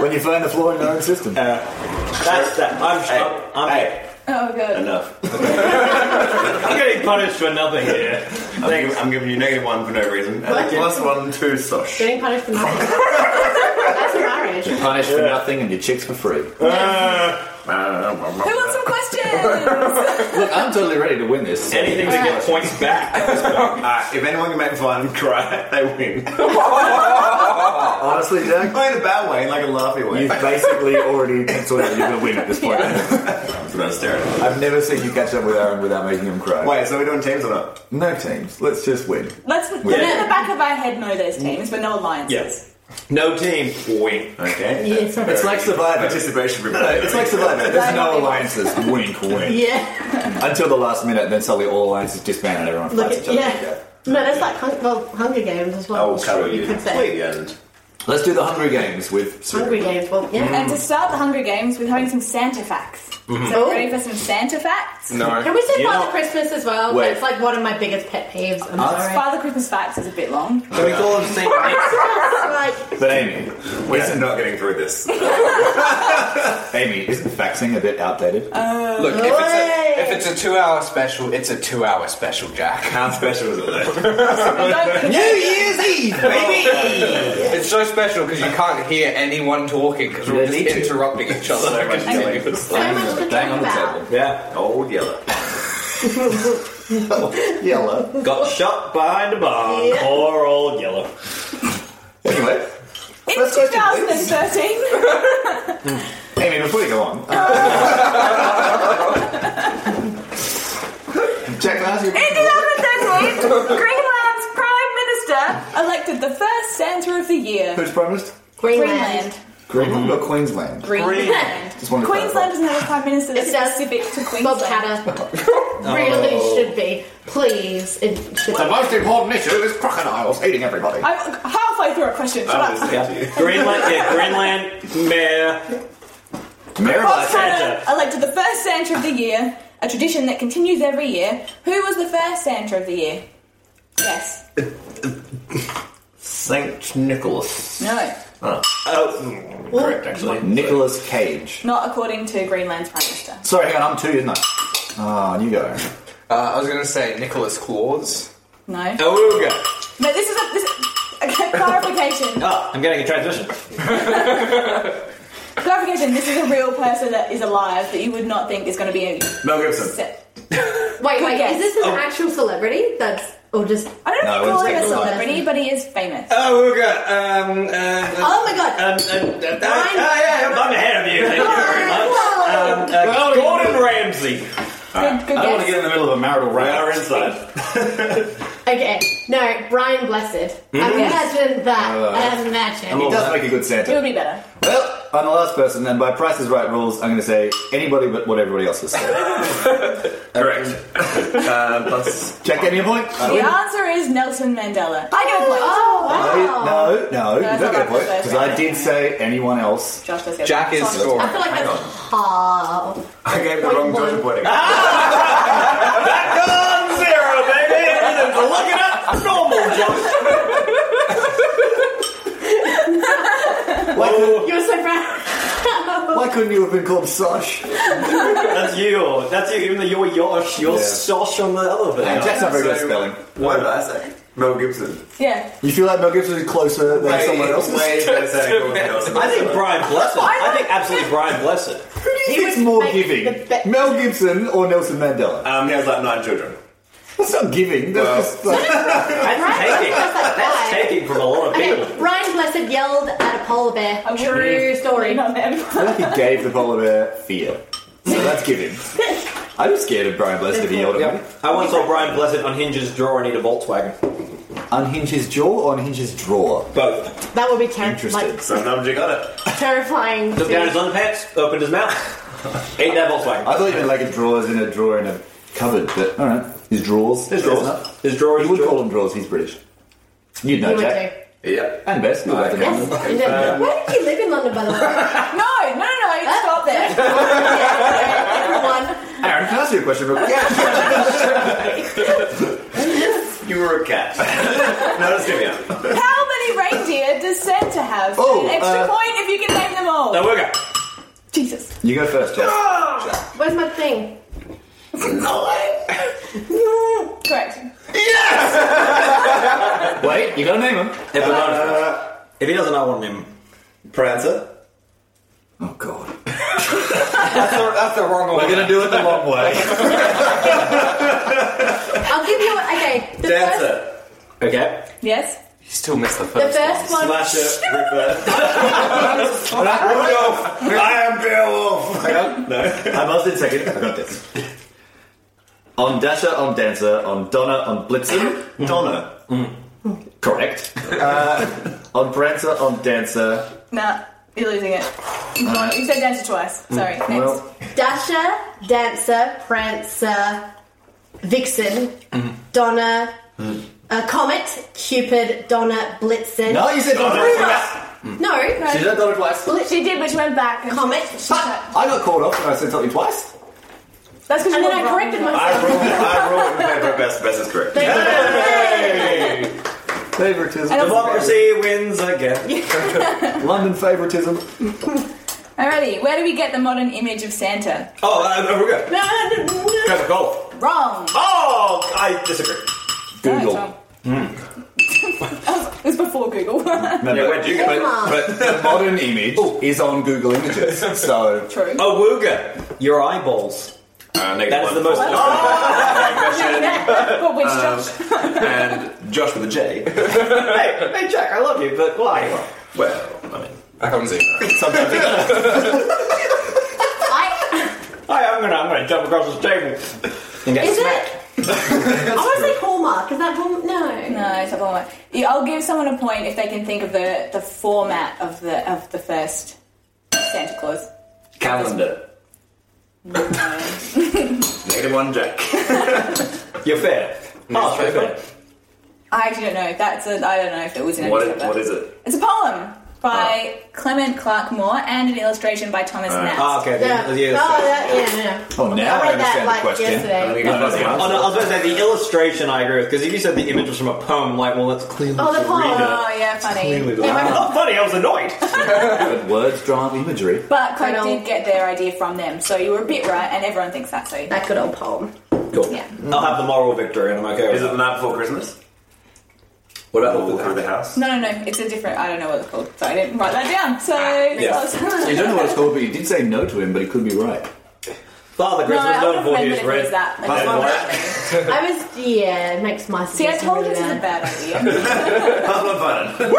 [SPEAKER 3] When you find the flaw in your own system.
[SPEAKER 2] That's that. I'm.
[SPEAKER 6] Hey,
[SPEAKER 2] I'm,
[SPEAKER 6] hey,
[SPEAKER 1] Oh, good.
[SPEAKER 6] enough.
[SPEAKER 2] I'm getting punished for nothing here.
[SPEAKER 6] I'm giving, I'm giving you negative one for no reason. And plus one to Sosh.
[SPEAKER 5] Getting punished for nothing. That's a marriage.
[SPEAKER 3] Punished for nothing and your chicks for free.
[SPEAKER 6] Uh,
[SPEAKER 1] Who wants some questions?
[SPEAKER 3] Look, I'm totally ready to win this.
[SPEAKER 2] Anything to get points back.
[SPEAKER 6] Uh, if anyone can make fun and cry, they win.
[SPEAKER 3] Honestly, Jack,
[SPEAKER 6] Not in a bad way, in like a laughy way.
[SPEAKER 3] you've basically already penciled out you're going to win at this point.
[SPEAKER 6] I'm gonna stare at him.
[SPEAKER 3] I've never seen you catch up with Aaron without making him cry.
[SPEAKER 6] Wait, so we're doing teams or not?
[SPEAKER 3] No teams. Let's just win.
[SPEAKER 1] Let's let the back of our head know there's teams, but no alliances.
[SPEAKER 2] Yes. No team. Win.
[SPEAKER 6] Okay.
[SPEAKER 5] Yes.
[SPEAKER 3] It's like Survivor.
[SPEAKER 6] Participation
[SPEAKER 3] No, no, it's like Survivor. There's no alliances. Wink, wink.
[SPEAKER 5] Yeah.
[SPEAKER 3] Until the last minute, then suddenly all alliances disband and everyone
[SPEAKER 5] Look
[SPEAKER 3] fights
[SPEAKER 5] at
[SPEAKER 3] each other.
[SPEAKER 5] yeah. No, that's like hung- well, Hunger Games as well.
[SPEAKER 3] Oh,
[SPEAKER 6] I will cover you
[SPEAKER 5] could say.
[SPEAKER 6] completely and
[SPEAKER 3] Let's do the Hungry Games with
[SPEAKER 5] Hungry Games. Well, yeah.
[SPEAKER 3] Mm.
[SPEAKER 1] And to start the Hunger Games, we're having some Santa facts. So
[SPEAKER 3] Mm-hmm.
[SPEAKER 5] Cool.
[SPEAKER 1] ready for some Santa facts?
[SPEAKER 5] Can
[SPEAKER 4] No.
[SPEAKER 5] we say
[SPEAKER 2] You're
[SPEAKER 5] Father
[SPEAKER 2] not-
[SPEAKER 5] Christmas as well?
[SPEAKER 3] Wait.
[SPEAKER 5] That's like one of my biggest pet peeves. I'm
[SPEAKER 3] Huh?
[SPEAKER 5] sorry.
[SPEAKER 1] Father Christmas facts is a bit long.
[SPEAKER 2] Can we call him Saint Nick?
[SPEAKER 5] Like,
[SPEAKER 3] But Amy,
[SPEAKER 6] we're not getting through this.
[SPEAKER 3] Amy, isn't faxing a bit outdated?
[SPEAKER 4] Look, if
[SPEAKER 5] Hey.
[SPEAKER 4] it's, a, if it's a two-hour special, it's a two-hour special, Jack.
[SPEAKER 6] How special is it though?
[SPEAKER 1] We don't-
[SPEAKER 3] Eve, baby!
[SPEAKER 4] It's so special because you can't hear anyone talking because we're all
[SPEAKER 3] They need
[SPEAKER 4] just
[SPEAKER 3] to.
[SPEAKER 4] interrupting each other.
[SPEAKER 5] so much to
[SPEAKER 3] Bang
[SPEAKER 5] talk
[SPEAKER 3] on the
[SPEAKER 5] about.
[SPEAKER 3] table.
[SPEAKER 2] Yeah.
[SPEAKER 6] Old yellow.
[SPEAKER 3] Yellow.
[SPEAKER 2] Got shot behind a bar.
[SPEAKER 5] Yeah.
[SPEAKER 2] Poor old yellow.
[SPEAKER 3] Anyway,
[SPEAKER 1] In
[SPEAKER 3] First question,
[SPEAKER 1] 2013,
[SPEAKER 3] Amy, before you go on. Jack, can I ask you a
[SPEAKER 1] in
[SPEAKER 3] question?
[SPEAKER 1] 2013, Greenland's Prime Minister elected the first Santa of the year.
[SPEAKER 3] Who's promised?
[SPEAKER 5] Greenland.
[SPEAKER 1] Greenland.
[SPEAKER 3] Greenland or Queensland?
[SPEAKER 1] Greenland.
[SPEAKER 3] Just wanted to clarify.
[SPEAKER 1] Queensland doesn't have a Prime Minister that's
[SPEAKER 5] It does.
[SPEAKER 1] specific to Queensland.
[SPEAKER 5] Bob Catter really
[SPEAKER 3] Oh.
[SPEAKER 5] should be. Please, it should.
[SPEAKER 3] The most important issue is crocodiles eating everybody.
[SPEAKER 1] I'm halfway through a question. Shut
[SPEAKER 6] I'm
[SPEAKER 1] up.
[SPEAKER 6] listening to you.
[SPEAKER 2] Greenland. Yeah. Greenland mayor.
[SPEAKER 3] Mayor
[SPEAKER 1] Bob
[SPEAKER 3] of
[SPEAKER 1] Catter elected the first Santa of the year, a tradition that continues every year. Who was the first Santa of the year? Yes.
[SPEAKER 6] Saint Nicholas.
[SPEAKER 1] No.
[SPEAKER 2] uh,
[SPEAKER 6] Oh, correct, actually.
[SPEAKER 3] Nicholas Cage.
[SPEAKER 1] Not according to Greenland's Prime Minister.
[SPEAKER 3] Sorry, hang on, I'm two, isn't I? Ah, you go.
[SPEAKER 4] Uh, I was going to say Nicholas Claus.
[SPEAKER 1] No.
[SPEAKER 3] Oh.
[SPEAKER 4] Awooga.
[SPEAKER 1] No, this is a, this, okay, clarification.
[SPEAKER 2] Ah, I'm getting a transition.
[SPEAKER 1] clarification, this is a real person that is alive that you would not think is going to be a
[SPEAKER 6] Mel Gibson.
[SPEAKER 1] set.
[SPEAKER 5] Wait, wait,
[SPEAKER 1] guess.
[SPEAKER 5] is this an
[SPEAKER 3] Oh.
[SPEAKER 5] actual celebrity? That's or just
[SPEAKER 1] I don't
[SPEAKER 3] No,
[SPEAKER 1] know
[SPEAKER 3] it
[SPEAKER 1] if
[SPEAKER 3] was
[SPEAKER 1] call him a
[SPEAKER 3] taken alive.
[SPEAKER 1] celebrity, but he is famous.
[SPEAKER 4] Awooga. Um, uh,
[SPEAKER 5] Oh my god!
[SPEAKER 6] Um, uh, uh, uh, yeah, I'm I'm ahead of you. Thank you very much. Um, uh, Gordon Ramsay.
[SPEAKER 1] good good
[SPEAKER 3] I don't
[SPEAKER 1] guess.
[SPEAKER 3] want to get in the middle of a marital
[SPEAKER 6] We
[SPEAKER 3] row.
[SPEAKER 6] are inside.
[SPEAKER 5] Okay, no, Brian Blessed.
[SPEAKER 3] Hmm?
[SPEAKER 5] Imagine that.
[SPEAKER 3] Uh,
[SPEAKER 5] Imagine.
[SPEAKER 3] He does make a good
[SPEAKER 1] It would
[SPEAKER 3] Santa.
[SPEAKER 1] be better.
[SPEAKER 3] Well, I'm the last person, and by Price is Right rules, I'm going to say anybody but what everybody else was saying.
[SPEAKER 6] Correct.
[SPEAKER 4] uh, plus,
[SPEAKER 3] Jack gave me a point. I
[SPEAKER 1] The
[SPEAKER 3] win.
[SPEAKER 1] answer is Nelson Mandela. I get a point.
[SPEAKER 5] Oh wow!
[SPEAKER 3] No, no, you
[SPEAKER 1] that's
[SPEAKER 3] don't
[SPEAKER 1] not
[SPEAKER 3] get a
[SPEAKER 1] my
[SPEAKER 3] point
[SPEAKER 1] first
[SPEAKER 3] because I
[SPEAKER 1] one.
[SPEAKER 3] did say anyone else.
[SPEAKER 1] Josh does get a
[SPEAKER 4] Jack
[SPEAKER 1] point.
[SPEAKER 4] is
[SPEAKER 1] Sorry.
[SPEAKER 5] I
[SPEAKER 4] scoring.
[SPEAKER 5] feel like that's hard.
[SPEAKER 6] I gave the
[SPEAKER 5] Point
[SPEAKER 6] wrong
[SPEAKER 5] one.
[SPEAKER 6] Georgia pointing.
[SPEAKER 2] Gone zero, baby. Everything's looking up normal, Josh.
[SPEAKER 3] Why, could,
[SPEAKER 5] You're so proud.
[SPEAKER 3] why couldn't you have been called Sosh?
[SPEAKER 2] That's you. That's you. Even though you're Yosh, you're
[SPEAKER 3] Yeah.
[SPEAKER 2] Sosh on the elevator.
[SPEAKER 3] Jack's not very good at spelling.
[SPEAKER 6] What did I say? Mel Gibson.
[SPEAKER 1] Yeah.
[SPEAKER 3] You feel like Mel Gibson is closer than
[SPEAKER 6] Way-
[SPEAKER 3] someone else?
[SPEAKER 6] way better than anyone else.
[SPEAKER 2] I think Brian Blessed.
[SPEAKER 1] I-
[SPEAKER 2] I think absolutely Brian Blessed.
[SPEAKER 3] Who do you think's
[SPEAKER 5] would
[SPEAKER 3] more
[SPEAKER 5] make
[SPEAKER 3] giving?
[SPEAKER 5] the best-
[SPEAKER 3] Mel Gibson or Nelson Mandela?
[SPEAKER 6] Um, he has like nine children.
[SPEAKER 3] That's not giving. That's
[SPEAKER 6] Well-
[SPEAKER 3] just like,
[SPEAKER 2] That's taking.
[SPEAKER 5] That's
[SPEAKER 2] That's
[SPEAKER 5] like
[SPEAKER 2] taking from a lot of
[SPEAKER 5] Okay,
[SPEAKER 2] people.
[SPEAKER 5] Brian Blessed yelled at a polar bear.
[SPEAKER 1] I
[SPEAKER 5] True
[SPEAKER 1] wouldn't-
[SPEAKER 5] story.
[SPEAKER 1] Not them.
[SPEAKER 3] I think he gave the polar bear fear. So that's giving. I was scared of Brian Blessed if he yelled at me.
[SPEAKER 2] I once saw Brian Blessed unhinge his drawer and eat a Volkswagen.
[SPEAKER 3] Unhinge his jaw or unhinge his drawer?
[SPEAKER 2] Both.
[SPEAKER 5] That would be terrifying.
[SPEAKER 3] Interested.
[SPEAKER 5] Like,
[SPEAKER 6] So now you got it.
[SPEAKER 5] terrifying.
[SPEAKER 2] Took
[SPEAKER 5] to-
[SPEAKER 2] down his underpants, opened his mouth, ate that Volkswagen.
[SPEAKER 3] I thought you meant like a drawer is in a drawer in a cupboard, but alright. His drawers.
[SPEAKER 2] His drawers. His drawer
[SPEAKER 3] You
[SPEAKER 2] is
[SPEAKER 3] would
[SPEAKER 2] drawer.
[SPEAKER 3] call him drawers, he's British. You'd know,
[SPEAKER 5] You would
[SPEAKER 3] Jack.
[SPEAKER 5] do.
[SPEAKER 6] Yep.
[SPEAKER 3] And best, you're about to
[SPEAKER 5] Yes.
[SPEAKER 3] know.
[SPEAKER 5] you know. Where did you live in London, by the way?
[SPEAKER 1] No, no, no, no. Stop there.
[SPEAKER 5] Everyone.
[SPEAKER 3] Aaron, can I ask you a question real quick?
[SPEAKER 6] You were a cat. no, let's give me up.
[SPEAKER 1] How many reindeer does Santa have?
[SPEAKER 3] Oh,
[SPEAKER 1] An extra
[SPEAKER 3] uh,
[SPEAKER 1] point if you can name them all.
[SPEAKER 2] Now we're going.
[SPEAKER 1] Jesus.
[SPEAKER 3] You go first, Jack.
[SPEAKER 5] Where's my thing?
[SPEAKER 1] Correct.
[SPEAKER 3] Wait, you gotta name him.
[SPEAKER 2] If, we don't- if he doesn't, I want him.
[SPEAKER 6] Prancer.
[SPEAKER 3] Oh god.
[SPEAKER 4] that's, the, that's the wrong one.
[SPEAKER 3] We're gonna do it the long way.
[SPEAKER 5] I'll give you. Okay, the first,
[SPEAKER 6] Dancer.
[SPEAKER 2] Okay.
[SPEAKER 1] Yes.
[SPEAKER 4] You still missed the
[SPEAKER 5] the
[SPEAKER 4] first.
[SPEAKER 5] first one.
[SPEAKER 6] Slasher. Ripper. Beowulf. I am Beowulf. No.
[SPEAKER 3] I buzzed in second. I got this. On Dasher, on Dancer, on Donna, on Blitzen. Mm.
[SPEAKER 6] Donna.
[SPEAKER 3] Correct. Uh, on Prancer, on Dancer.
[SPEAKER 1] Nah. You're losing it. You can't- You said dancer twice. Sorry. Next.
[SPEAKER 3] Mm, Well,
[SPEAKER 5] Dasher, Dancer, Prancer, Vixen,
[SPEAKER 3] Mm-hmm.
[SPEAKER 5] Donna, uh, Comet, Cupid, Donna, Blitzen.
[SPEAKER 3] no, you Mm. said Donna.
[SPEAKER 5] No, no.
[SPEAKER 3] You said Donna twice.
[SPEAKER 1] She did, but she went back. And
[SPEAKER 5] Comet.
[SPEAKER 3] I got called off when I said something twice.
[SPEAKER 1] That's because
[SPEAKER 5] And then I
[SPEAKER 1] wrong.
[SPEAKER 5] corrected myself.
[SPEAKER 6] I rule. I rule. Remember, best, best is correct.
[SPEAKER 3] Favoritism.
[SPEAKER 1] And also-
[SPEAKER 2] Democracy wins again.
[SPEAKER 3] London favoritism.
[SPEAKER 1] Alrighty. Where do we get the modern image of Santa?
[SPEAKER 2] Oh, uh, there we go. Coca Cola.
[SPEAKER 1] Wrong.
[SPEAKER 2] Oh, I disagree.
[SPEAKER 3] Google. Hmm.
[SPEAKER 1] No, it's wrong. it was before Google.
[SPEAKER 3] Remember,
[SPEAKER 2] Yeah, where'd you
[SPEAKER 5] Come
[SPEAKER 2] go?
[SPEAKER 5] on.
[SPEAKER 3] but the modern image is on Google Images. So
[SPEAKER 1] True.
[SPEAKER 2] Awooga. Your eyeballs.
[SPEAKER 6] Uh, negative
[SPEAKER 2] That is
[SPEAKER 6] one.
[SPEAKER 2] the most.
[SPEAKER 1] But which Josh?
[SPEAKER 6] And Josh with a J.
[SPEAKER 2] hey, hey, Jack, I love you, but why?
[SPEAKER 6] Well, I mean.
[SPEAKER 4] I can't see.
[SPEAKER 3] sometimes
[SPEAKER 5] I,
[SPEAKER 2] Hi, I'm gonna, I'm gonna jump across this table. And get
[SPEAKER 5] is
[SPEAKER 2] smacked.
[SPEAKER 5] it? I want to say Hallmark. Is that Hallmark? No.
[SPEAKER 1] No, it's not Walmart. Yeah, I'll give someone a point if they can think of the, the format of the of the first Santa Claus.
[SPEAKER 6] Calendar. Negative one, Jack.
[SPEAKER 2] You're fair. Oh, fair.
[SPEAKER 1] I actually don't know. That's a, I don't know if it was in a
[SPEAKER 6] What is,
[SPEAKER 1] newspaper.
[SPEAKER 6] what is it?
[SPEAKER 1] It's a poem. by Clement Clark Moore and an illustration by Thomas Nast.
[SPEAKER 2] Ah, okay.
[SPEAKER 5] Yeah.
[SPEAKER 2] The, yeah,
[SPEAKER 5] oh, that, yeah, yeah.
[SPEAKER 3] Oh, now I
[SPEAKER 5] read that
[SPEAKER 3] understand the
[SPEAKER 5] like
[SPEAKER 3] question.
[SPEAKER 5] yesterday.
[SPEAKER 3] No, no, no,
[SPEAKER 2] Oh, no, I was going to say the illustration. I agree with because if you said the image was from a poem, like, well, that's clearly
[SPEAKER 5] Oh, the
[SPEAKER 2] the
[SPEAKER 5] poem.
[SPEAKER 2] reader.
[SPEAKER 1] Oh, yeah, funny.
[SPEAKER 2] Not Oh, funny. I was annoyed.
[SPEAKER 3] But words drawn imagery.
[SPEAKER 1] But
[SPEAKER 5] I
[SPEAKER 1] Craig
[SPEAKER 5] don't-
[SPEAKER 1] did get their idea from them, so you were a bit right, and everyone thinks that. So
[SPEAKER 5] That good old poem.
[SPEAKER 3] Cool.
[SPEAKER 1] yeah,
[SPEAKER 2] I'll have the moral victory, and I'm okay.
[SPEAKER 7] Is
[SPEAKER 2] With
[SPEAKER 7] it
[SPEAKER 2] it.
[SPEAKER 7] the night before Christmas?
[SPEAKER 3] What about
[SPEAKER 7] Or walk through the house?
[SPEAKER 1] no, no, no, it's a different. I don't know what it's called, so I didn't write that down. So
[SPEAKER 3] You
[SPEAKER 1] yeah.
[SPEAKER 3] don't know what it's called, but you did say no to him, but he could be right.
[SPEAKER 2] Father
[SPEAKER 1] no,
[SPEAKER 2] Christmas,
[SPEAKER 1] I would have
[SPEAKER 2] not for
[SPEAKER 1] remembered
[SPEAKER 2] years
[SPEAKER 1] if it was
[SPEAKER 2] red.
[SPEAKER 1] that. Like,
[SPEAKER 2] Pass
[SPEAKER 1] it's
[SPEAKER 2] my
[SPEAKER 1] not-
[SPEAKER 5] I was, yeah, it makes my
[SPEAKER 1] See, I
[SPEAKER 5] suggestion
[SPEAKER 1] told you this
[SPEAKER 5] really
[SPEAKER 1] is a
[SPEAKER 5] bad.
[SPEAKER 1] bad idea.
[SPEAKER 7] Husband fun.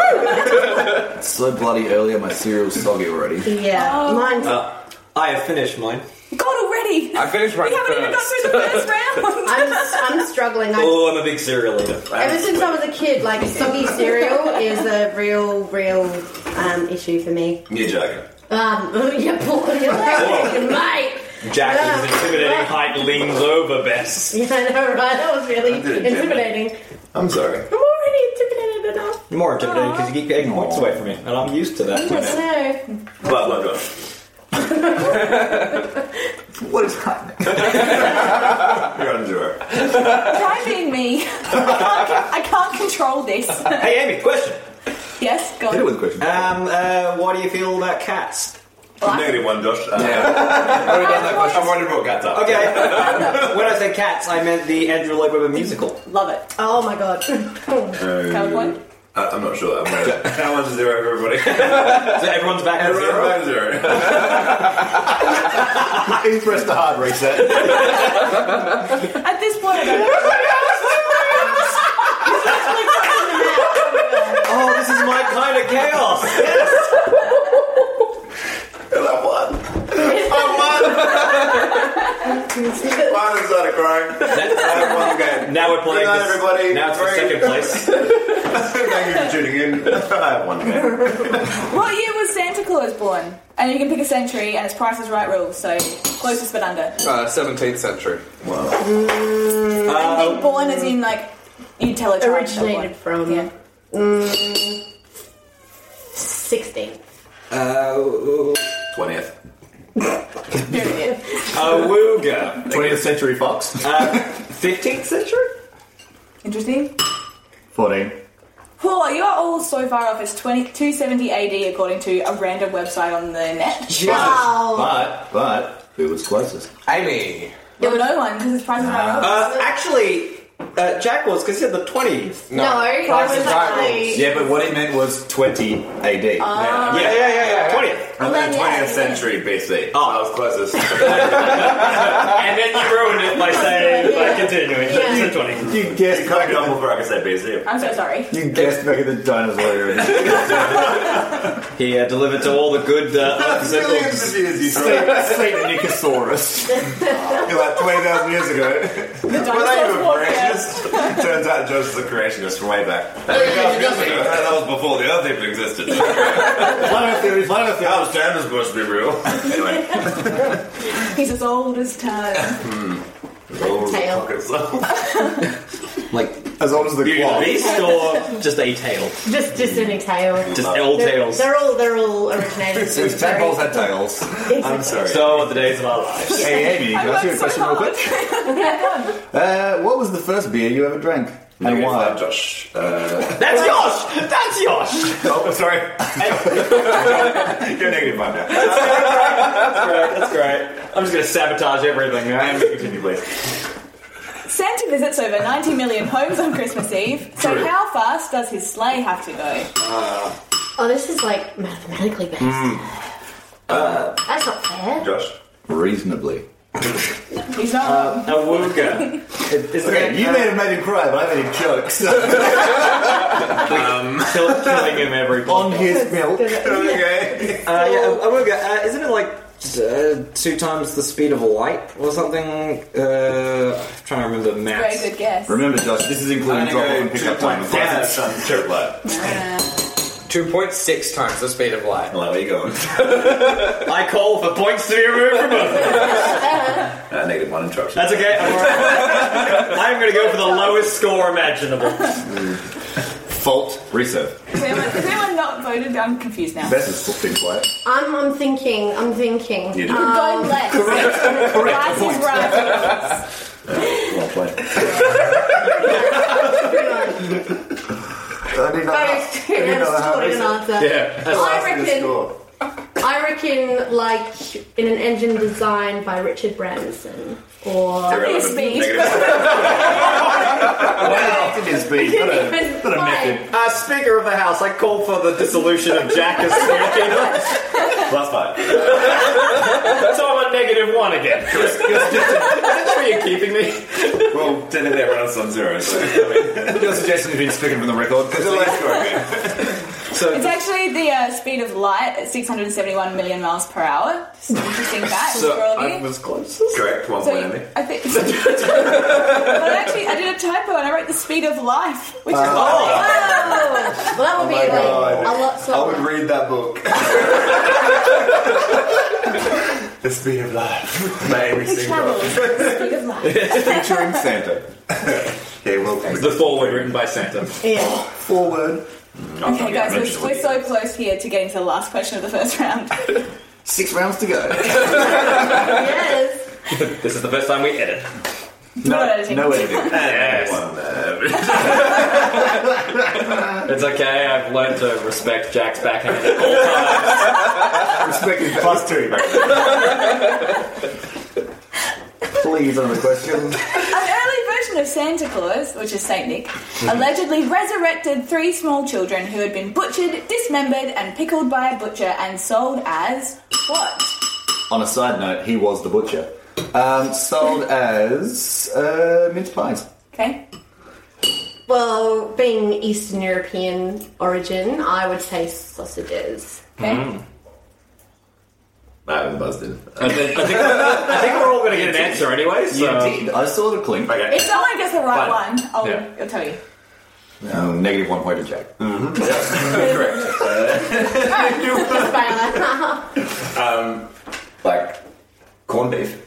[SPEAKER 3] It's so bloody early, my cereal's soggy already.
[SPEAKER 5] Yeah,
[SPEAKER 1] Oh.
[SPEAKER 5] mine's.
[SPEAKER 2] Uh, I have finished mine.
[SPEAKER 1] God, already!
[SPEAKER 4] I finished my
[SPEAKER 1] we haven't even got
[SPEAKER 4] first.
[SPEAKER 1] through the first round!
[SPEAKER 5] I'm, I'm struggling. I,
[SPEAKER 2] Oh, I'm a big cereal eater. I
[SPEAKER 5] ever
[SPEAKER 2] have-
[SPEAKER 5] since I was a kid, like soggy cereal is a real, real um, issue for me.
[SPEAKER 7] You're joking.
[SPEAKER 5] Um, you're pulling your leg, mate.
[SPEAKER 2] Jack
[SPEAKER 5] Yeah.
[SPEAKER 2] with his intimidating height leans over Bess.
[SPEAKER 5] Yeah, I know, right? That was really
[SPEAKER 7] did it, Gemma.
[SPEAKER 5] intimidating.
[SPEAKER 7] I'm sorry.
[SPEAKER 5] I'm already intimidated enough.
[SPEAKER 2] You're more intimidating because you keep getting points
[SPEAKER 3] Aw.
[SPEAKER 2] away from me, and I'm used to that.
[SPEAKER 5] I don't know.
[SPEAKER 7] Well, well, well.
[SPEAKER 3] What is happening?
[SPEAKER 7] You're on zero.
[SPEAKER 1] Try being me. I can't, I can't control this.
[SPEAKER 2] Hey, Amy, question.
[SPEAKER 1] yes, go
[SPEAKER 3] Hit it
[SPEAKER 1] on.
[SPEAKER 3] with a question.
[SPEAKER 2] Um, uh, what do you feel about cats?
[SPEAKER 7] Negative one, Josh. Uh,
[SPEAKER 4] I'm wondering what got up.
[SPEAKER 2] Okay. when I said cats, I meant the Andrew Lloyd Webber musical.
[SPEAKER 1] Love it.
[SPEAKER 5] Oh my god.
[SPEAKER 1] Cowboy?
[SPEAKER 7] I- I'm not sure. I'm right. That one's a zero for everybody.
[SPEAKER 2] So everyone's back at
[SPEAKER 7] Everyone's
[SPEAKER 2] zero.
[SPEAKER 7] about a zero.
[SPEAKER 3] He pressed the hard reset.
[SPEAKER 1] At this point, I don't
[SPEAKER 2] Oh, this is my kind of chaos.
[SPEAKER 7] I won. I won. Finally started crying. I won the game.
[SPEAKER 2] Now we're playing.
[SPEAKER 7] Good night,
[SPEAKER 2] this-
[SPEAKER 7] everybody.
[SPEAKER 2] Now it's for
[SPEAKER 7] Three.
[SPEAKER 2] second place.
[SPEAKER 7] Thank you for tuning in. I won the game.
[SPEAKER 1] What year was Santa Claus born? And you can pick a century, and it's Price is Right rules, so closest but under.
[SPEAKER 4] Uh, 17th century.
[SPEAKER 7] Wow.
[SPEAKER 1] I
[SPEAKER 3] Oh.
[SPEAKER 1] think born as in like you tell a child
[SPEAKER 5] Originated
[SPEAKER 1] that
[SPEAKER 5] from
[SPEAKER 1] one. Yeah.
[SPEAKER 5] 16.
[SPEAKER 2] Uh,
[SPEAKER 7] 20th.
[SPEAKER 1] Period.
[SPEAKER 2] Awooga.
[SPEAKER 3] 20th Century Fox.
[SPEAKER 2] Fifteenth century.
[SPEAKER 1] Interesting.
[SPEAKER 3] 14.
[SPEAKER 1] Paul, you are all so far off. It's 20, 270 AD according to a random website on the net.
[SPEAKER 5] Wow.
[SPEAKER 3] But, but, who was closest?
[SPEAKER 4] Amy.
[SPEAKER 1] There were no one because it's Price is Right rules.
[SPEAKER 2] Uh, actually, uh, Jack was because he had the twentieth.
[SPEAKER 5] No, I
[SPEAKER 4] Price is
[SPEAKER 5] was
[SPEAKER 4] Right
[SPEAKER 5] actually.
[SPEAKER 3] Yeah, but what it meant was 20 AD.
[SPEAKER 2] Yeah, yeah, yeah, yeah. Twentieth.
[SPEAKER 7] I'm
[SPEAKER 1] Well,
[SPEAKER 7] in
[SPEAKER 1] yeah,
[SPEAKER 7] 20th
[SPEAKER 1] yeah.
[SPEAKER 7] century BC. Oh, I was closest.
[SPEAKER 2] And then you ruined it by saying by continuing.
[SPEAKER 5] Yeah.
[SPEAKER 2] It's the twentieth.
[SPEAKER 3] you guessed
[SPEAKER 7] Can't get on before I can say BC.
[SPEAKER 1] I'm so sorry.
[SPEAKER 3] You guessed back at the dinosaur era.
[SPEAKER 2] He uh, delivered to all the good. Uh,
[SPEAKER 7] Millions
[SPEAKER 2] obstacles.
[SPEAKER 7] of years you throw.
[SPEAKER 3] Satanicosaurus.
[SPEAKER 7] You're like 20,000 years ago.
[SPEAKER 1] The
[SPEAKER 7] Were they even
[SPEAKER 1] dinosaurs walked out.
[SPEAKER 7] creationists? Turns out Joe's the creationist from way back. that was before the Earth even existed.
[SPEAKER 3] Planet theory, planet theory.
[SPEAKER 7] How was Chandler supposed to be real? Anyway,
[SPEAKER 1] He's as old as time.
[SPEAKER 7] all
[SPEAKER 5] Tail.
[SPEAKER 7] pockets. You
[SPEAKER 2] Like
[SPEAKER 3] As old as the
[SPEAKER 2] the
[SPEAKER 3] clock.
[SPEAKER 2] beast or just a tail?
[SPEAKER 5] Just, just an exhale.
[SPEAKER 2] Just L
[SPEAKER 5] They're,
[SPEAKER 2] tails.
[SPEAKER 5] they're all, they're all originated. from
[SPEAKER 3] Since tadpoles had tails.
[SPEAKER 7] I'm sorry.
[SPEAKER 2] So are the days of our lives.
[SPEAKER 3] Hey Amy, can I ask you a question real quick? Uh, what was the first beer you ever drank? And
[SPEAKER 7] Negative
[SPEAKER 3] why?
[SPEAKER 7] five, Josh. Uh,
[SPEAKER 2] That's Yosh! That's Yosh!
[SPEAKER 7] oh, sorry. You're negative one now.
[SPEAKER 2] That's great. I'm just gonna sabotage everything.
[SPEAKER 7] And we continue, please.
[SPEAKER 1] Santa visits over 90 million homes on Christmas Eve, so
[SPEAKER 7] True.
[SPEAKER 1] how fast does his sleigh have to go?
[SPEAKER 5] Oh, this is like mathematically based. That's not fair.
[SPEAKER 7] Josh.
[SPEAKER 3] Reasonably.
[SPEAKER 1] He's not.
[SPEAKER 3] Uh,
[SPEAKER 2] A wooga.
[SPEAKER 3] Okay, you may have made him cry, but I made him choke. So
[SPEAKER 2] Kill, killing him every
[SPEAKER 3] on his milk.
[SPEAKER 7] Okay.
[SPEAKER 2] Uh, yeah, a wooga. Uh, isn't it like uh, two times the speed of light or something? Uh, I'm trying to remember the
[SPEAKER 1] very
[SPEAKER 2] maths.
[SPEAKER 1] good guess.
[SPEAKER 3] Remember, Josh, this is including
[SPEAKER 7] I'm
[SPEAKER 3] drop off
[SPEAKER 7] gonna
[SPEAKER 3] and
[SPEAKER 7] go
[SPEAKER 3] pick up
[SPEAKER 7] two
[SPEAKER 3] time.
[SPEAKER 7] point five. Triple that.
[SPEAKER 1] Uh,
[SPEAKER 4] 2.6 times the speed of light.
[SPEAKER 7] I'm like, where you going?
[SPEAKER 2] I call for points to be removed from both.
[SPEAKER 7] I needed Uh, one interruption.
[SPEAKER 2] That's okay. I'm, all right. I'm going to go for the lowest score imaginable.
[SPEAKER 7] fault reserve.
[SPEAKER 1] Is anyone, is anyone not voted? I'm confused now.
[SPEAKER 7] That's just things like
[SPEAKER 5] I'm, I'm thinking, I'm thinking.
[SPEAKER 7] You do.
[SPEAKER 1] Go left. Rice is right.
[SPEAKER 7] well played.
[SPEAKER 5] Everyone.
[SPEAKER 7] I didn't know.
[SPEAKER 5] Both
[SPEAKER 7] I didn't know
[SPEAKER 5] have
[SPEAKER 7] how
[SPEAKER 5] scored an
[SPEAKER 7] recent.
[SPEAKER 5] answer. I reckon,
[SPEAKER 7] Score.
[SPEAKER 5] I reckon, like, in an engine designed by Richard Branson. Or.
[SPEAKER 1] His
[SPEAKER 7] Irrelevant.
[SPEAKER 1] speed.
[SPEAKER 7] Negative. wow, it is beat. What a,
[SPEAKER 5] Even
[SPEAKER 7] what a
[SPEAKER 5] five.
[SPEAKER 7] method.
[SPEAKER 2] Uh, Speaker of the House, I call for the dissolution of Jack as Speaker.
[SPEAKER 7] Plus five.
[SPEAKER 2] so I'm on negative one again. Is that where you're keeping me?
[SPEAKER 7] Well, technically everyone else is on zero. So, I mean, your suggestion has been stricken from the record because the last score again.
[SPEAKER 1] It's actually the uh, speed of light at 671 million miles per hour. Just an interesting fact for all of you.
[SPEAKER 2] closest.
[SPEAKER 7] Correct. One
[SPEAKER 1] So
[SPEAKER 7] point, Andy.
[SPEAKER 1] I think. but actually, I did a typo and I wrote the speed of life, which
[SPEAKER 7] Uh,
[SPEAKER 1] is
[SPEAKER 7] oh.
[SPEAKER 5] oh, Well, that would be like a lot
[SPEAKER 7] I would
[SPEAKER 5] slower.
[SPEAKER 7] read that book. the Speed of Life by Amy
[SPEAKER 1] It travels.
[SPEAKER 7] Singer.
[SPEAKER 1] the speed of light.
[SPEAKER 7] Featuring Santa. yeah, well,
[SPEAKER 2] The forward written by Santa.
[SPEAKER 5] Yeah.
[SPEAKER 7] forward.
[SPEAKER 1] Okay, guys, we're, we're so close here to getting to the last question of the first round.
[SPEAKER 7] Six rounds to go.
[SPEAKER 5] Yes.
[SPEAKER 2] This is the first time we edit.
[SPEAKER 1] Not editing.
[SPEAKER 7] no editing.
[SPEAKER 2] Yes.
[SPEAKER 7] One, uh,
[SPEAKER 2] It's okay, I've learned to respect Jack's backhand.
[SPEAKER 7] Respect is plus two. mate. Please, on the question.
[SPEAKER 1] An early version of Santa Claus, which is Saint Nick, allegedly resurrected three small children who had been butchered, dismembered, and pickled by a butcher and sold as what?
[SPEAKER 3] On a side note, he was the butcher. Um, sold as uh, mince pies.
[SPEAKER 1] Okay.
[SPEAKER 5] Well, being Eastern European origin, I would say sausages.
[SPEAKER 1] Okay.
[SPEAKER 2] Mm.
[SPEAKER 7] I haven't buzzed in.
[SPEAKER 2] I think, I think- I think we're all going to get an answer anyway, so.
[SPEAKER 7] Um,
[SPEAKER 3] Indeed, I saw the clink.
[SPEAKER 1] If someone gets the right
[SPEAKER 2] Fine.
[SPEAKER 1] one, I'll,
[SPEAKER 2] Yeah.
[SPEAKER 1] I'll tell you.
[SPEAKER 3] Um, negative one point to Jack.
[SPEAKER 7] Mm-hmm.
[SPEAKER 5] Just by like,
[SPEAKER 7] Um, Like, corned beef.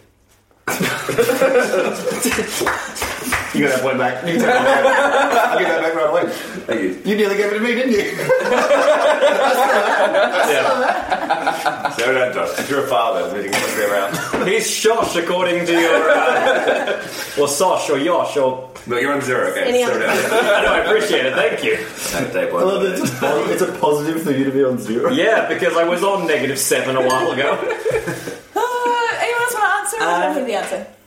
[SPEAKER 3] You got that point back. You can take that back. I'll give that back right away.
[SPEAKER 7] Thank you.
[SPEAKER 3] You nearly gave it to me, didn't you?
[SPEAKER 7] So done, Josh. If you're a father, then you can look around.
[SPEAKER 2] He's Shosh according to your. Uh, or Sosh or Yosh or.
[SPEAKER 7] No, you're on zero, okay?
[SPEAKER 5] Any
[SPEAKER 7] so
[SPEAKER 5] other-
[SPEAKER 7] done.
[SPEAKER 2] I know, I appreciate it, thank you.
[SPEAKER 7] No, take one.
[SPEAKER 3] I love that it's, po- it's a positive for you to be on zero.
[SPEAKER 2] Yeah, because I was on negative seven a while ago.
[SPEAKER 1] Uh, anyone else want to answer? I don't hear the answer.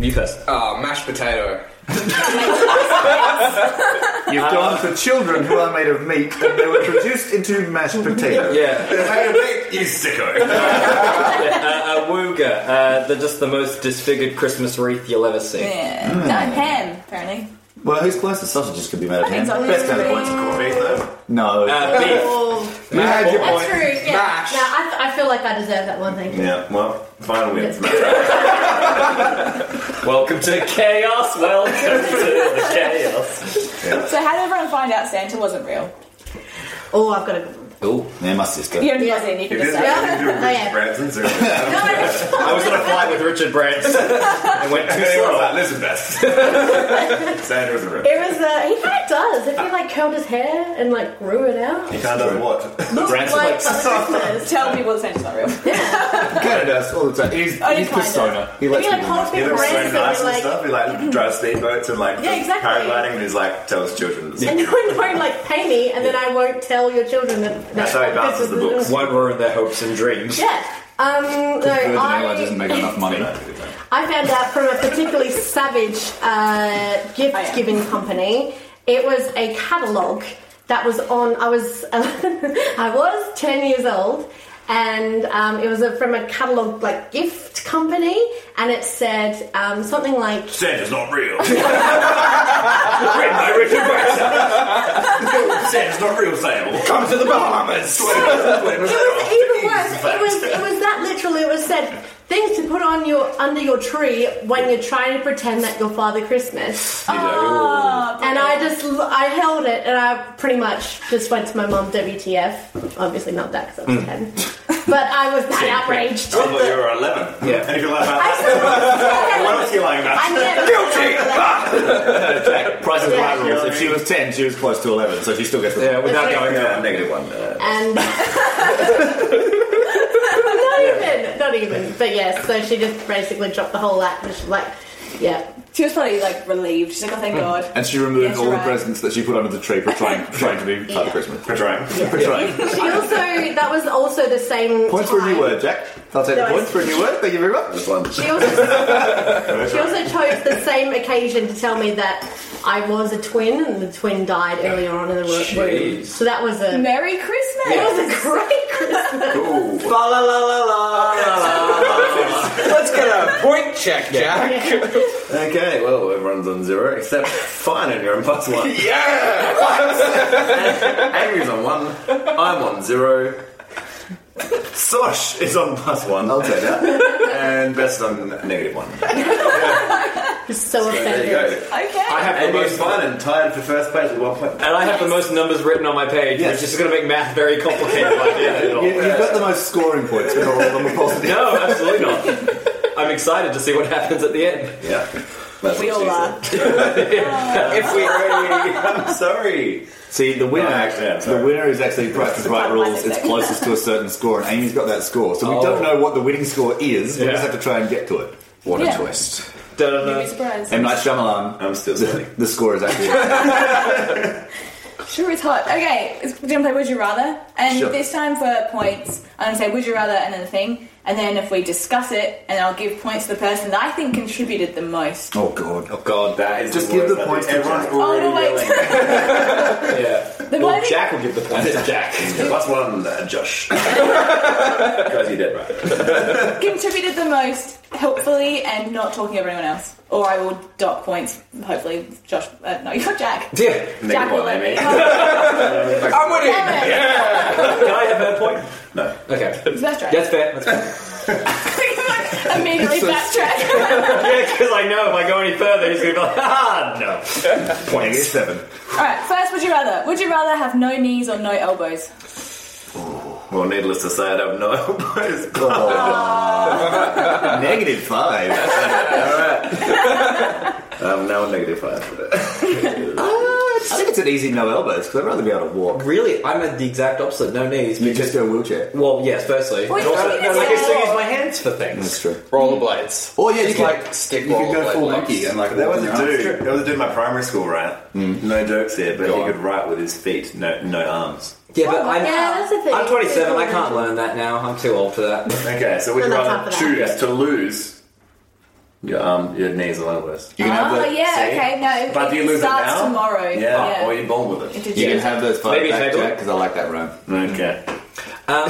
[SPEAKER 2] You first.
[SPEAKER 4] Oh, mashed potato.
[SPEAKER 3] You've
[SPEAKER 7] Uh,
[SPEAKER 3] gone for children who are made of meat, and they were produced into mashed potato.
[SPEAKER 2] Yeah,
[SPEAKER 7] you sicko.
[SPEAKER 2] uh, a Wooga. Uh, they're just the most disfigured Christmas wreath you'll ever see.
[SPEAKER 1] Yeah. No, ham, apparently.
[SPEAKER 3] Well, who's close? The sausages could be made of
[SPEAKER 1] think
[SPEAKER 3] ham.
[SPEAKER 1] so.
[SPEAKER 3] Best kind of
[SPEAKER 1] Yeah.
[SPEAKER 3] points, of course.
[SPEAKER 7] Beef, though.
[SPEAKER 3] No.
[SPEAKER 2] Uh, beef.
[SPEAKER 5] oh,
[SPEAKER 3] you had your
[SPEAKER 5] that's
[SPEAKER 3] point.
[SPEAKER 5] true. Yeah.
[SPEAKER 4] Mash.
[SPEAKER 5] No, I, I feel like I deserve that one. Thank you.
[SPEAKER 7] Yeah, well, final wins.
[SPEAKER 2] Welcome to chaos. Welcome to the chaos.
[SPEAKER 1] So how did everyone find out Santa wasn't real?
[SPEAKER 5] Oh, I've got a good one.
[SPEAKER 3] Cool. Yeah, my sister.
[SPEAKER 1] You don't
[SPEAKER 5] Yeah.
[SPEAKER 1] buzz in, you can
[SPEAKER 7] It is
[SPEAKER 1] just
[SPEAKER 7] what
[SPEAKER 1] say.
[SPEAKER 7] you do with
[SPEAKER 5] Yeah. Oh,
[SPEAKER 7] Richard
[SPEAKER 5] yeah.
[SPEAKER 7] Branson, so I
[SPEAKER 2] I was on a flight with Richard Branson and went too
[SPEAKER 7] was
[SPEAKER 2] slow.
[SPEAKER 7] like, listen, best. Sandra was a rip.
[SPEAKER 5] It was. Uh, he kind of does. If he like curled his hair and like grew it out,
[SPEAKER 7] You can't do what?
[SPEAKER 5] looked
[SPEAKER 2] Branson's
[SPEAKER 5] like
[SPEAKER 2] like,
[SPEAKER 5] Father Christmas.
[SPEAKER 1] "Oh, Tell people that Santa's not real.
[SPEAKER 3] Canada does all the time. He's,
[SPEAKER 1] Only
[SPEAKER 3] he's
[SPEAKER 1] kinda.
[SPEAKER 3] persona. He
[SPEAKER 5] If
[SPEAKER 3] lets
[SPEAKER 5] he like
[SPEAKER 3] people
[SPEAKER 5] holds
[SPEAKER 7] He
[SPEAKER 5] people
[SPEAKER 7] looks so
[SPEAKER 5] Branson and
[SPEAKER 7] nice and
[SPEAKER 5] like,
[SPEAKER 7] stuff. He like drives speedboats and like
[SPEAKER 5] Yeah,
[SPEAKER 7] does
[SPEAKER 5] exactly.
[SPEAKER 7] paragliding and he's like tells children.
[SPEAKER 5] and no one won't like pay me, and then I won't tell your children that.
[SPEAKER 7] That's how he bounces the books.
[SPEAKER 2] Won't ruin their hopes and dreams.
[SPEAKER 5] Yeah. Um, no,
[SPEAKER 3] Virgin Airlines
[SPEAKER 5] I,
[SPEAKER 3] doesn't make enough money.
[SPEAKER 5] I found out from a particularly savage
[SPEAKER 1] Oh,
[SPEAKER 5] uh,
[SPEAKER 1] yeah.
[SPEAKER 5] gift giving company. It was a catalogue that was on. I was I was ten years old, and um, it was a, from a catalogue like gift company, and it said um, something like
[SPEAKER 7] Santa's not real. Written by Richard Branson. Santa's not real, Sable.
[SPEAKER 3] Come to the Bahamas!
[SPEAKER 5] It was even worse. It was it was that literally it was said things to put on your under your tree when you're trying to pretend that you're Father Christmas.
[SPEAKER 1] Oh,
[SPEAKER 5] And I just l- I held it and I pretty much just went to my mum WTF. Obviously not that because I was ten, but I was that outraged.
[SPEAKER 7] I thought you were 11. Yeah. And if you're like,
[SPEAKER 5] I
[SPEAKER 7] that,
[SPEAKER 5] said,
[SPEAKER 7] what else are you lying about?
[SPEAKER 5] I never-
[SPEAKER 3] Price is
[SPEAKER 5] Yeah.
[SPEAKER 3] right rules. If she was 10, she was close to 11, so she still gets the
[SPEAKER 2] Yeah, without going
[SPEAKER 3] Yeah,
[SPEAKER 2] there.
[SPEAKER 3] negative one. Uh,
[SPEAKER 5] and not even, not even. But yes, so she just basically dropped the whole act. And she's like, yeah,
[SPEAKER 1] she was probably like relieved. She's like, oh, thank
[SPEAKER 2] Mm.
[SPEAKER 1] God.
[SPEAKER 3] and she removed
[SPEAKER 1] Yes,
[SPEAKER 3] all
[SPEAKER 1] right.
[SPEAKER 3] the presents that she put under the tree for trying, trying to be Father Christmas.
[SPEAKER 7] Portraying.
[SPEAKER 3] Portraying.
[SPEAKER 5] She also that was also the same.
[SPEAKER 3] Points for
[SPEAKER 5] time.
[SPEAKER 3] a new word, Jack. I'll take the
[SPEAKER 5] Nice.
[SPEAKER 3] points for a new word. Thank you very much. This one.
[SPEAKER 5] She also, she also chose the same occasion to tell me that I was a twin and the twin died earlier on in the wo- womb.
[SPEAKER 4] Jeez.
[SPEAKER 5] So that was a
[SPEAKER 1] Merry Christmas.
[SPEAKER 5] that was a great Christmas.
[SPEAKER 2] Fa la la la la la la.
[SPEAKER 4] Let's get a point check, Jack.
[SPEAKER 3] Okay, well, everyone's on zero except Fine, and you're on plus one.
[SPEAKER 4] Yeah.
[SPEAKER 3] Angry's on one. I'm on zero.
[SPEAKER 7] Sosh is on plus one.
[SPEAKER 3] I'll take that.
[SPEAKER 7] And best on negative one.
[SPEAKER 5] Just so
[SPEAKER 7] There you
[SPEAKER 5] offended.
[SPEAKER 7] go.
[SPEAKER 1] Okay.
[SPEAKER 2] I have
[SPEAKER 7] And
[SPEAKER 2] the
[SPEAKER 7] you're
[SPEAKER 2] most,
[SPEAKER 7] fine and tied for first place with one point.
[SPEAKER 2] and I have the most numbers written on my page,
[SPEAKER 3] Yes.
[SPEAKER 2] which is going to make math very complicated. by the end of
[SPEAKER 3] You,
[SPEAKER 2] it all.
[SPEAKER 3] you've got the most scoring points with all of them are positive.
[SPEAKER 2] No, absolutely not. I'm excited to see what happens at the end.
[SPEAKER 7] Yeah. That's
[SPEAKER 1] we
[SPEAKER 7] what
[SPEAKER 1] all
[SPEAKER 7] she
[SPEAKER 1] are.
[SPEAKER 4] if we
[SPEAKER 7] I'm sorry.
[SPEAKER 3] See, the winner
[SPEAKER 7] No, actually, I'm sorry.
[SPEAKER 3] the winner is actually Price is Right
[SPEAKER 1] Fine,
[SPEAKER 3] rules.
[SPEAKER 1] fine,
[SPEAKER 3] It's
[SPEAKER 1] fine.
[SPEAKER 3] closest to a certain score, and Amy's got that score. So we
[SPEAKER 7] Oh.
[SPEAKER 3] don't know what the winning score is. We
[SPEAKER 2] Yeah.
[SPEAKER 3] just have to try and get to it.
[SPEAKER 4] What
[SPEAKER 1] Yeah.
[SPEAKER 4] a twist.
[SPEAKER 2] Da, da,
[SPEAKER 1] You'd
[SPEAKER 2] da.
[SPEAKER 1] be surprised.
[SPEAKER 3] M Night Shyamalan.
[SPEAKER 7] I'm still
[SPEAKER 3] The,
[SPEAKER 7] silly.
[SPEAKER 3] the score is actually
[SPEAKER 1] Sure is hot. Okay, it's- we're gonna play Would You Rather, and
[SPEAKER 3] Sure.
[SPEAKER 1] this time for points, I'm gonna say Would You Rather and then the thing, and then if we discuss it, and I'll give points to the person that I think contributed the most.
[SPEAKER 3] oh god.
[SPEAKER 7] Oh god, that is
[SPEAKER 3] Just
[SPEAKER 7] the
[SPEAKER 3] give
[SPEAKER 7] worst.
[SPEAKER 3] the
[SPEAKER 7] I
[SPEAKER 3] points
[SPEAKER 7] think
[SPEAKER 3] to
[SPEAKER 7] Everyone's
[SPEAKER 3] Jack.
[SPEAKER 1] Oh
[SPEAKER 7] already
[SPEAKER 1] no, wait.
[SPEAKER 7] yelling.
[SPEAKER 1] The
[SPEAKER 2] Well,
[SPEAKER 1] moment-
[SPEAKER 2] Jack will give the point. Jack.
[SPEAKER 7] Plus one, uh, Josh. Because you're dead, right?
[SPEAKER 1] contributed the most helpfully and not talking over anyone else, or I will dock points. Hopefully, Josh. Uh, no, you got Jack.
[SPEAKER 2] Yeah.
[SPEAKER 1] Jack will
[SPEAKER 7] one,
[SPEAKER 1] let me.
[SPEAKER 4] I'm winning.
[SPEAKER 1] Damn it.
[SPEAKER 2] Can I have her point?
[SPEAKER 7] No.
[SPEAKER 2] Okay.
[SPEAKER 1] It's Backtrack.
[SPEAKER 2] That's fair. That's fair.
[SPEAKER 1] Immediately backtrack.
[SPEAKER 2] yeah, because I know if I go any further, he's going to be like, ah, no.
[SPEAKER 3] Point seven.
[SPEAKER 1] All right. First, would you rather? Would you rather have no knees or no elbows?
[SPEAKER 7] Well, needless to say, I don't know. But it's
[SPEAKER 3] Negative five. Um,
[SPEAKER 7] I'm now a negative five for that.
[SPEAKER 3] I think it's an easy no elbows because I'd rather be able to walk.
[SPEAKER 2] Really? I'm at the exact opposite. No knees.
[SPEAKER 3] You just go wheelchair.
[SPEAKER 2] Well, yes, firstly.
[SPEAKER 1] Well,
[SPEAKER 2] and
[SPEAKER 1] you
[SPEAKER 2] also,
[SPEAKER 1] can
[SPEAKER 2] no,
[SPEAKER 1] use
[SPEAKER 2] like, I
[SPEAKER 1] your
[SPEAKER 2] still
[SPEAKER 1] claw.
[SPEAKER 2] use my hands for things.
[SPEAKER 3] That's true.
[SPEAKER 4] Rollerblades.
[SPEAKER 3] Oh, yeah,
[SPEAKER 4] It's
[SPEAKER 3] you can-
[SPEAKER 4] like stick
[SPEAKER 3] you could go
[SPEAKER 4] rollerblade
[SPEAKER 3] full
[SPEAKER 4] legs.
[SPEAKER 3] monkey and, like,
[SPEAKER 7] There was
[SPEAKER 3] walk
[SPEAKER 7] a
[SPEAKER 3] around.
[SPEAKER 7] dude. Mm. There was a dude in my primary school, right? No jokes here, but
[SPEAKER 4] Go
[SPEAKER 7] he
[SPEAKER 4] on.
[SPEAKER 7] could write with his feet, no, no arms.
[SPEAKER 2] Yeah, but I'm,
[SPEAKER 5] Yeah, that's the thing.
[SPEAKER 2] I'm 27. I can't learn that now. I'm too old for that.
[SPEAKER 7] Okay, so would
[SPEAKER 5] No,
[SPEAKER 7] you
[SPEAKER 5] that's
[SPEAKER 7] rather
[SPEAKER 5] not for that.
[SPEAKER 7] choose to lose your arm, your knees, or elbows?
[SPEAKER 3] You can have
[SPEAKER 1] Oh
[SPEAKER 3] the,
[SPEAKER 1] yeah,
[SPEAKER 7] See?
[SPEAKER 1] okay. No,
[SPEAKER 7] But do
[SPEAKER 1] it
[SPEAKER 7] you lose
[SPEAKER 1] starts
[SPEAKER 7] it now?
[SPEAKER 1] tomorrow.
[SPEAKER 7] Yeah, Oh, or you're born with it.
[SPEAKER 1] Did
[SPEAKER 3] You
[SPEAKER 1] you-
[SPEAKER 3] can have those five
[SPEAKER 2] Maybe
[SPEAKER 3] back,
[SPEAKER 2] table.
[SPEAKER 3] Jack, because I like that rhyme.
[SPEAKER 7] Okay.
[SPEAKER 2] yeah,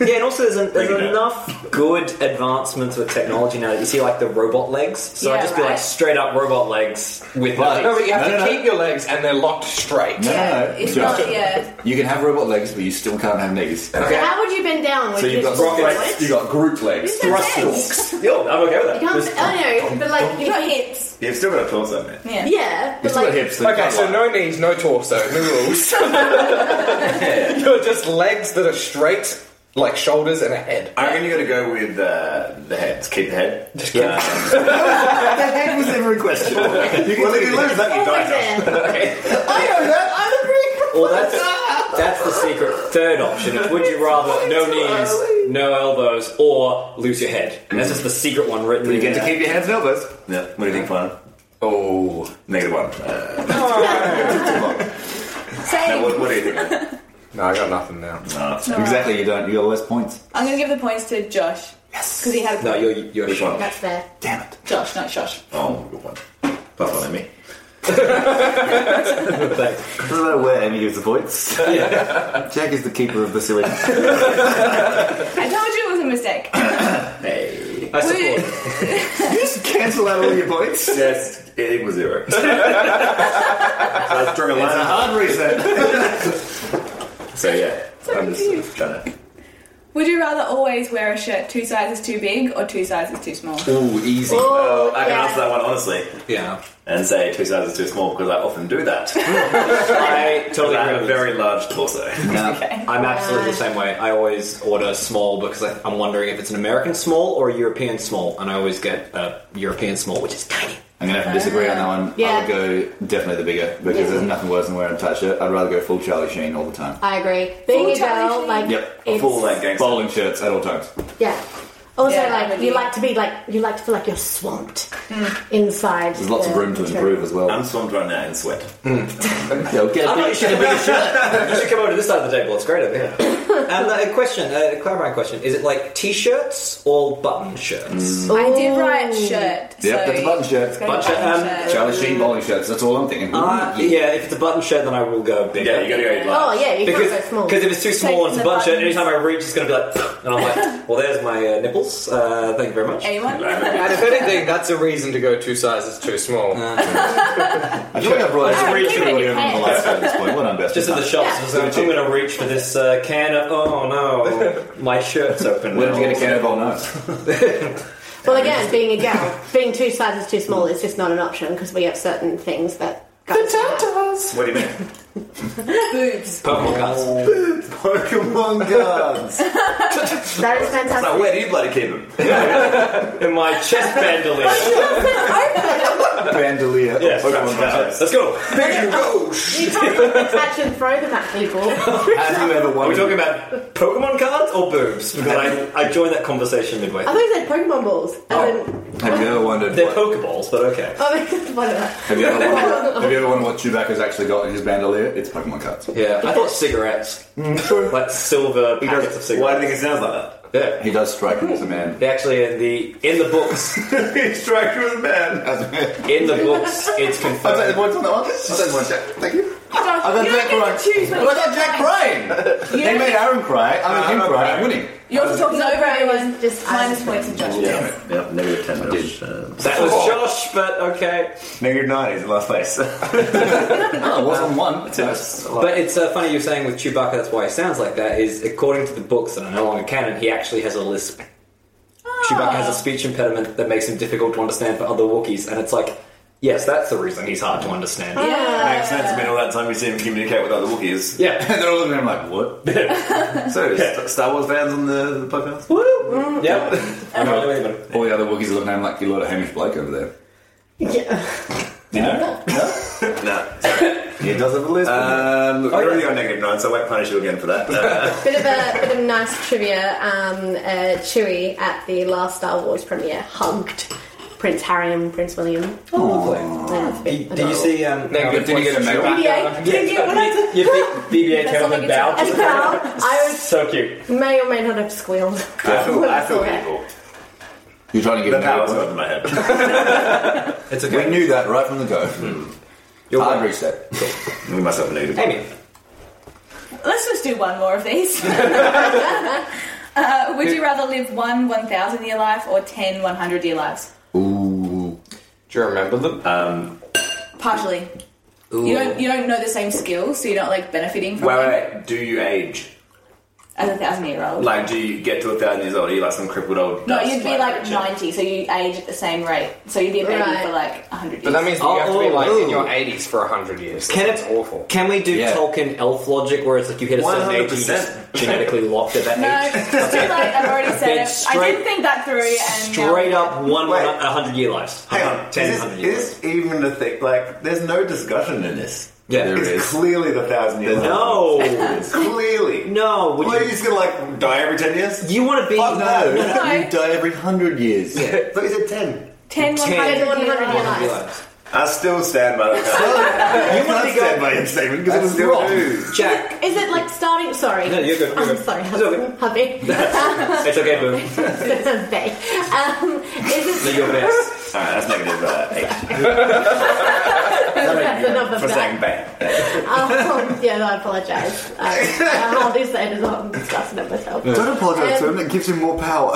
[SPEAKER 2] and also there's, an, there's
[SPEAKER 7] Bring it up.
[SPEAKER 2] enough good advancements with technology now that you see like the robot legs. So I
[SPEAKER 1] Yeah,
[SPEAKER 2] just be
[SPEAKER 1] right.
[SPEAKER 2] like straight up robot legs with
[SPEAKER 3] But-
[SPEAKER 2] no
[SPEAKER 4] No, but you have
[SPEAKER 3] No,
[SPEAKER 4] to
[SPEAKER 3] no, no.
[SPEAKER 4] keep your legs and they're locked straight.
[SPEAKER 3] No,
[SPEAKER 1] Yeah,
[SPEAKER 3] no, no.
[SPEAKER 1] it's
[SPEAKER 3] Jack.
[SPEAKER 1] not. Yeah.
[SPEAKER 3] You can have robot legs, but you still can't have knees.
[SPEAKER 5] So
[SPEAKER 2] Okay.
[SPEAKER 5] how would you bend down?
[SPEAKER 3] So
[SPEAKER 5] Would you
[SPEAKER 3] you've got
[SPEAKER 5] just walk
[SPEAKER 3] legs,
[SPEAKER 5] forward?
[SPEAKER 3] you got group legs.
[SPEAKER 5] You've got legs.
[SPEAKER 2] Yo, I'm okay with
[SPEAKER 5] You
[SPEAKER 2] that.
[SPEAKER 5] can't, I know, but like
[SPEAKER 1] You
[SPEAKER 5] you
[SPEAKER 1] got
[SPEAKER 5] got
[SPEAKER 1] hips.
[SPEAKER 7] You've still got a torso, man.
[SPEAKER 1] Yeah.
[SPEAKER 5] Yeah,
[SPEAKER 3] You
[SPEAKER 5] but
[SPEAKER 3] still got
[SPEAKER 5] like
[SPEAKER 3] hips. so you
[SPEAKER 4] okay,
[SPEAKER 3] can't
[SPEAKER 4] so
[SPEAKER 3] lie.
[SPEAKER 4] no knees, no torso, no rules. You're just legs that are straight, like shoulders and a head.
[SPEAKER 7] I reckon you got to go with uh, the heads. Keep the head. Uh, Just keep.
[SPEAKER 3] What the heck was ever in question? You can
[SPEAKER 7] well, if you lose that, you
[SPEAKER 5] always
[SPEAKER 7] die.
[SPEAKER 5] there.
[SPEAKER 3] I know that. I'm agreeing.
[SPEAKER 2] Well, that's that's the secret third option. It's would you rather no knees, no elbows, or lose your head? And that's just the secret one written.
[SPEAKER 3] You get to
[SPEAKER 2] there.
[SPEAKER 3] keep your hands and elbows.
[SPEAKER 7] Yeah. What do you think, Flan?
[SPEAKER 4] Oh.
[SPEAKER 7] Negative one. Uh,
[SPEAKER 1] Same.
[SPEAKER 7] no, what, what do you think? man?
[SPEAKER 4] No, I got nothing now.
[SPEAKER 7] No, it's-
[SPEAKER 3] Exactly. You don't. You got less points.
[SPEAKER 1] I'm gonna give the points to Josh. Yes. Because he had a
[SPEAKER 2] No,
[SPEAKER 1] point.
[SPEAKER 2] you're you're
[SPEAKER 7] Which one?
[SPEAKER 5] That's fair.
[SPEAKER 3] Damn it.
[SPEAKER 1] Josh, not Josh.
[SPEAKER 7] Oh, good one. That's one, Amy.
[SPEAKER 3] Doesn't matter where Amy gives the points. Jack is the keeper of the silly.
[SPEAKER 1] I told you it was a mistake.
[SPEAKER 7] Hey.
[SPEAKER 2] I
[SPEAKER 1] Would-
[SPEAKER 2] support.
[SPEAKER 3] you just cancel out all your points.
[SPEAKER 7] Yes, it equals zero. so I was drawing a line.
[SPEAKER 3] hard reset.
[SPEAKER 7] So yeah,
[SPEAKER 1] So
[SPEAKER 7] I'm just
[SPEAKER 1] confused.
[SPEAKER 7] trying to
[SPEAKER 1] Would you rather always wear a shirt two sizes too big or two sizes too small?
[SPEAKER 4] Ooh, easy.
[SPEAKER 5] Oh,
[SPEAKER 7] Well, I can
[SPEAKER 5] yeah.
[SPEAKER 7] answer that one honestly
[SPEAKER 4] Yeah.
[SPEAKER 7] and say two sizes too small because I often do that. I totally I have a very large torso.
[SPEAKER 1] Okay.
[SPEAKER 2] I'm absolutely the same way. I always order small because I, I'm wondering if it's an American small or a European small, and I always get a European small, which is tiny.
[SPEAKER 3] I'm gonna have to disagree on that one. I
[SPEAKER 5] Yeah.
[SPEAKER 3] would go definitely the bigger because
[SPEAKER 5] Yeah.
[SPEAKER 3] there's nothing worse than wearing a tight shirt. I'd rather go full Charlie Sheen all the time.
[SPEAKER 5] I agree. Being a
[SPEAKER 1] Charlie
[SPEAKER 5] girl,
[SPEAKER 1] Sheen.
[SPEAKER 5] like,
[SPEAKER 3] Yep.
[SPEAKER 5] it's,
[SPEAKER 7] Full like gangster.
[SPEAKER 3] Bowling shirts at all times.
[SPEAKER 5] yeah. Also,
[SPEAKER 1] Yeah, Hmm.
[SPEAKER 5] like,
[SPEAKER 1] I'm
[SPEAKER 5] you
[SPEAKER 1] with
[SPEAKER 5] like to be like, you like to feel like you're swamped inside.
[SPEAKER 3] There's lots of
[SPEAKER 5] the
[SPEAKER 3] room to
[SPEAKER 5] material.
[SPEAKER 3] improve as well.
[SPEAKER 7] I'm swamped right now in sweat.
[SPEAKER 3] So get
[SPEAKER 2] Oh,
[SPEAKER 3] a big shirt.
[SPEAKER 2] You should come over to this side of the table. It's great over here. And uh, a question, uh, a clarifying question: Is it like t-shirts or button shirts?
[SPEAKER 1] I did write
[SPEAKER 5] Ooh.
[SPEAKER 1] shirt. so
[SPEAKER 3] Yep, that's a button
[SPEAKER 1] it's
[SPEAKER 3] shirt.
[SPEAKER 1] gotta be
[SPEAKER 2] Button shirt,
[SPEAKER 1] button
[SPEAKER 2] um,
[SPEAKER 1] shirt.
[SPEAKER 3] Charlie Sheen bowling shirts. That's all I'm thinking.
[SPEAKER 2] Uh, yeah, if it's a button shirt, then I will go bigger.
[SPEAKER 7] Yeah, you gotta go large.
[SPEAKER 5] Oh, yeah, you
[SPEAKER 2] because
[SPEAKER 5] can't go small.
[SPEAKER 2] because if it's too small and it's a
[SPEAKER 1] the
[SPEAKER 2] button shirt,
[SPEAKER 1] buttons.
[SPEAKER 2] anytime I reach, it's going to be like, and I'm like, well, there's my uh, nipples. Uh, thank you very much.
[SPEAKER 1] Anyone?
[SPEAKER 4] And if anything, that's a reason to go two sizes too small.
[SPEAKER 3] Uh, I feel like I brought
[SPEAKER 5] Alright,
[SPEAKER 3] every
[SPEAKER 5] keep it in
[SPEAKER 3] audio
[SPEAKER 5] your
[SPEAKER 3] in the
[SPEAKER 5] head.
[SPEAKER 3] last at this point. What I'm best
[SPEAKER 2] Just at
[SPEAKER 3] at
[SPEAKER 2] the shops,
[SPEAKER 5] Yeah.
[SPEAKER 2] I was like, I'm going to reach for this uh, can of. Oh no, my shirt's open.
[SPEAKER 3] Where
[SPEAKER 2] now.
[SPEAKER 3] did you get a can of bowl nuts?
[SPEAKER 5] Well, again, being a girl, being two sizes too small is just not an option because we have certain things that guys do.
[SPEAKER 7] What do you mean?
[SPEAKER 1] Boobs.
[SPEAKER 2] Pokemon cards.
[SPEAKER 5] Oh.
[SPEAKER 3] Pokemon guards.
[SPEAKER 5] That is fantastic.
[SPEAKER 7] Now, where do you bloody keep them?
[SPEAKER 2] in my chest bandolier.
[SPEAKER 3] Bandolier.
[SPEAKER 2] yeah,
[SPEAKER 3] Pokemon guards.
[SPEAKER 2] Let's go.
[SPEAKER 4] There you go.
[SPEAKER 5] You can't attach and throw them at people.
[SPEAKER 3] Have you ever
[SPEAKER 2] Are we
[SPEAKER 3] wondered?
[SPEAKER 2] talking about Pokemon cards or boobs? Because I, I joined that conversation midway.
[SPEAKER 5] I thought you said Pokemon balls. And
[SPEAKER 3] Oh.
[SPEAKER 5] then,
[SPEAKER 3] Have you ever wondered?
[SPEAKER 2] They're
[SPEAKER 3] What,
[SPEAKER 2] Pokeballs, but okay.
[SPEAKER 5] oh, whatever.
[SPEAKER 3] have you ever wondered? Have you ever wondered what Chewbacca's actually got in his bandolier? It's Pokemon cards.
[SPEAKER 2] Yeah, I thought cigarettes.
[SPEAKER 5] Mm,
[SPEAKER 2] like silver packets of
[SPEAKER 7] Why do
[SPEAKER 2] cigarettes.
[SPEAKER 7] you think it sounds like that?
[SPEAKER 2] Yeah.
[SPEAKER 3] He does strike me as a man.
[SPEAKER 2] They actually in the in the books
[SPEAKER 3] he strikes me as a man. As a man.
[SPEAKER 2] in the books it's
[SPEAKER 3] I'll take the
[SPEAKER 2] confirmed.
[SPEAKER 3] points on that one. I'll take the points. Jack. Thank you. I got
[SPEAKER 1] You don't
[SPEAKER 3] Jack
[SPEAKER 1] get to
[SPEAKER 3] Ryan.
[SPEAKER 1] choose when
[SPEAKER 3] Well, I got Jack Ryan.
[SPEAKER 1] don't
[SPEAKER 3] They made Aaron cry. I made him cry. I'm winning.
[SPEAKER 1] Yours is over
[SPEAKER 5] No,
[SPEAKER 1] everyone.
[SPEAKER 5] everyone's just-
[SPEAKER 1] minus points in judgment.
[SPEAKER 3] Damn it.
[SPEAKER 7] Yep, negative 10 minutes. Um,
[SPEAKER 2] That was Josh, but okay.
[SPEAKER 7] Negative 90 is the last place.
[SPEAKER 3] No, it wasn't one. Yes.
[SPEAKER 2] But it's uh, funny you're saying with Chewbacca. That's why he sounds like that. Is according to the books that are no longer canon, he actually has a lisp. Chewbacca has a speech impediment that makes him difficult to understand for other Wookiees, and it's like, yes, that's the reason he's hard to understand.
[SPEAKER 7] Makes sense. I mean, all that time you see him communicate with other Wookiees.
[SPEAKER 2] Yeah.
[SPEAKER 3] And they're all looking at him like, what?
[SPEAKER 7] So, S- Star Wars fans on the, the podcast?
[SPEAKER 2] Woo! Yep. I'm not doing it.
[SPEAKER 3] All the other Wookiees are looking at him like, you lot of Hamish Blake over there.
[SPEAKER 5] Yeah.
[SPEAKER 3] You know?
[SPEAKER 7] No.
[SPEAKER 3] He does have a list.
[SPEAKER 7] Um, look, I'm
[SPEAKER 2] yeah.
[SPEAKER 7] already on negative 9, so I won't punish you again for that. Uh,
[SPEAKER 5] Bit of a bit of nice trivia. Um, uh, Chewie at the last Star Wars premiere hugged Prince Harry and Prince William.
[SPEAKER 2] Oh, lovely.
[SPEAKER 5] That's a bit
[SPEAKER 2] Did you
[SPEAKER 5] adorable.
[SPEAKER 2] see? Um,
[SPEAKER 4] Negative
[SPEAKER 2] how the
[SPEAKER 3] Did you get a medal?
[SPEAKER 2] Chewbacca-
[SPEAKER 5] BB-8? Did you get one?
[SPEAKER 2] Yeah, BB-8 came up and bowed.
[SPEAKER 5] As well, I was
[SPEAKER 2] So cute.
[SPEAKER 5] may or may not have squealed.
[SPEAKER 7] I feel,
[SPEAKER 5] When
[SPEAKER 7] I feel
[SPEAKER 5] saw it.
[SPEAKER 7] evil.
[SPEAKER 3] You're trying to give
[SPEAKER 7] The
[SPEAKER 3] him
[SPEAKER 7] power's
[SPEAKER 3] that.
[SPEAKER 7] gone to my head.
[SPEAKER 2] It's
[SPEAKER 3] We
[SPEAKER 2] okay.
[SPEAKER 3] knew that right from the go.
[SPEAKER 2] You're welcome.
[SPEAKER 3] Hard reset.
[SPEAKER 7] we must have a negative.
[SPEAKER 2] Amy.
[SPEAKER 1] Let's just do one more of these. uh, would you rather live one 1,000 year life or 10 100 year lives?
[SPEAKER 3] Ooh.
[SPEAKER 4] Do you remember them?
[SPEAKER 1] Partially. You don't you don't know the same skills, so you're not like benefiting from
[SPEAKER 7] Wait,
[SPEAKER 1] them
[SPEAKER 7] wait, wait. Do you age?
[SPEAKER 1] as a thousand year old.
[SPEAKER 7] Like, do you get to a thousand years old? Are you like some crippled old?
[SPEAKER 1] no,
[SPEAKER 7] dust,
[SPEAKER 1] you'd be like
[SPEAKER 7] creature?
[SPEAKER 1] 90, so you age at the same rate. So you'd be a baby
[SPEAKER 5] Right.
[SPEAKER 1] for like 100 years.
[SPEAKER 4] But that means that you have to be like in your
[SPEAKER 2] Oh.
[SPEAKER 4] 80s for 100 years.
[SPEAKER 2] Can
[SPEAKER 4] That's
[SPEAKER 2] it-
[SPEAKER 4] awful.
[SPEAKER 2] Can we do
[SPEAKER 3] Yeah.
[SPEAKER 2] Tolkien elf logic where it's like you hit a certain age and you
[SPEAKER 7] 100%.
[SPEAKER 2] just genetically locked at that
[SPEAKER 1] no,
[SPEAKER 2] age?
[SPEAKER 1] it's too late. I've already said
[SPEAKER 2] Then
[SPEAKER 1] it. I
[SPEAKER 2] straight-
[SPEAKER 1] didn't think that through. And um, now-
[SPEAKER 2] Straight up one
[SPEAKER 7] Wait.
[SPEAKER 2] a hundred year lives.
[SPEAKER 7] Hang on,
[SPEAKER 2] Ten
[SPEAKER 7] is
[SPEAKER 2] hundred
[SPEAKER 7] this,
[SPEAKER 2] years.
[SPEAKER 7] is this even a thing? Like, there's no discussion in this.
[SPEAKER 2] Yeah.
[SPEAKER 3] There
[SPEAKER 7] It's
[SPEAKER 3] is.
[SPEAKER 7] clearly the thousand years.
[SPEAKER 2] No,
[SPEAKER 7] it's clearly.
[SPEAKER 2] no.
[SPEAKER 7] Well,
[SPEAKER 2] Would
[SPEAKER 7] you
[SPEAKER 2] you?
[SPEAKER 7] just gonna like die every ten years?
[SPEAKER 2] You want to be?
[SPEAKER 3] Fuck no.
[SPEAKER 1] no.
[SPEAKER 3] You die every hundred years.
[SPEAKER 7] Look, he said ten.
[SPEAKER 1] 10 100
[SPEAKER 2] 10,
[SPEAKER 1] year
[SPEAKER 5] 100 year
[SPEAKER 1] lives.
[SPEAKER 5] lives.
[SPEAKER 7] I still stand by that.
[SPEAKER 2] You want to
[SPEAKER 7] I
[SPEAKER 2] be going?
[SPEAKER 7] stand by your statement because it was
[SPEAKER 3] That's
[SPEAKER 7] still
[SPEAKER 3] wrong.
[SPEAKER 7] true.
[SPEAKER 2] Jack.
[SPEAKER 5] Is it like starting? Sorry.
[SPEAKER 2] No, you're good, you're
[SPEAKER 5] I'm
[SPEAKER 2] good.
[SPEAKER 5] sorry.
[SPEAKER 2] It's okay.
[SPEAKER 5] Hubby.
[SPEAKER 2] It's okay, boom.
[SPEAKER 5] um, is
[SPEAKER 2] Do
[SPEAKER 5] it?
[SPEAKER 2] your best.
[SPEAKER 7] All right, that's negative uh, eight
[SPEAKER 5] That's enough of
[SPEAKER 7] for
[SPEAKER 5] that.
[SPEAKER 7] saying bang.
[SPEAKER 5] Um, yeah, no, I apologise. Um, I'll do that as well. I'm discussing it myself. Um,
[SPEAKER 3] Don't apologise to him. That gives him more power.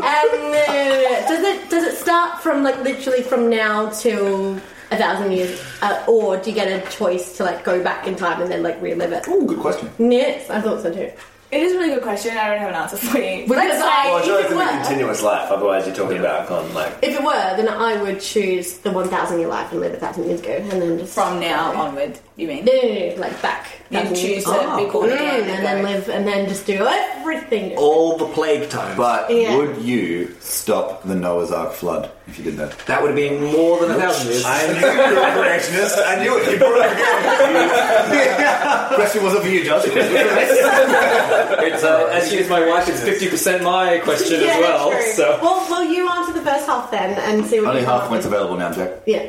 [SPEAKER 5] uh, does it does it start from like literally from now till a thousand years, uh, or do you get a choice to like go back in time and then like relive it?
[SPEAKER 3] Ooh, good question.
[SPEAKER 5] Yes, I thought so too.
[SPEAKER 1] It is a really good question. I don't have an answer for you.
[SPEAKER 5] Let's say
[SPEAKER 7] Well, I feel like
[SPEAKER 5] if it
[SPEAKER 7] it's in a
[SPEAKER 5] were,
[SPEAKER 7] continuous life, otherwise you're talking about on like.
[SPEAKER 5] if it were, then I would choose the one thousand year life and live a thousand years ago, and then just
[SPEAKER 1] From now onward, you mean?
[SPEAKER 5] No, no, no, like back.
[SPEAKER 1] You
[SPEAKER 5] Thousand
[SPEAKER 1] choose
[SPEAKER 5] years.
[SPEAKER 1] to
[SPEAKER 2] Oh,
[SPEAKER 1] be called
[SPEAKER 5] Mm,
[SPEAKER 1] again.
[SPEAKER 5] and then live, and then just do everything.
[SPEAKER 2] All the plague times.
[SPEAKER 3] But
[SPEAKER 5] Yeah.
[SPEAKER 3] would you stop the Noah's Ark flood if you did that?
[SPEAKER 2] that would have been more than a thousand years.
[SPEAKER 7] I knew you were a creationist. I knew it. You brought up
[SPEAKER 3] Question wasn't for you, Josh.
[SPEAKER 2] It's, uh, as she is my wife, it's fifty percent my question
[SPEAKER 5] yeah,
[SPEAKER 2] as well.
[SPEAKER 5] true.
[SPEAKER 2] So
[SPEAKER 5] well, well, you answer the first half then, and see what
[SPEAKER 3] Only
[SPEAKER 5] you come
[SPEAKER 3] half
[SPEAKER 5] up
[SPEAKER 3] points
[SPEAKER 5] with.
[SPEAKER 3] available now, Jack.
[SPEAKER 5] Yeah.